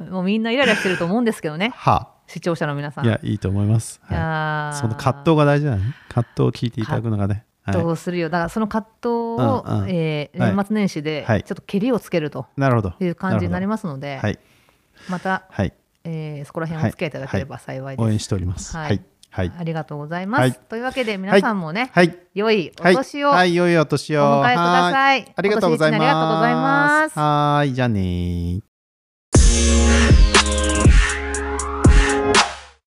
う もうみんなイライラしてると思うんですけどね
は
視聴者の皆さん
いやいいと思います
い
は
や
い
ー
その葛藤が大事なのね葛藤を聞いていただくのがねはい
どうするよだからその葛藤を、
うんうん
えー
はい
年末年始で
はい
ちょっとけりをつけると
なるほど
いう感じになり
ま
ますので、
はい
また、
はい
えーそこら辺をお付き合いいただければ幸いです。
応援しております
はい
はいはい
ありがとうございます。
はい
というわけで皆さんもね、
はい
良いお
はい
年をお
は
迎え
い良いお年
く
を
だ
は
さい。
ありがとうござい
今年一年ありがとうございま
ますす。はーい、じゃあねー。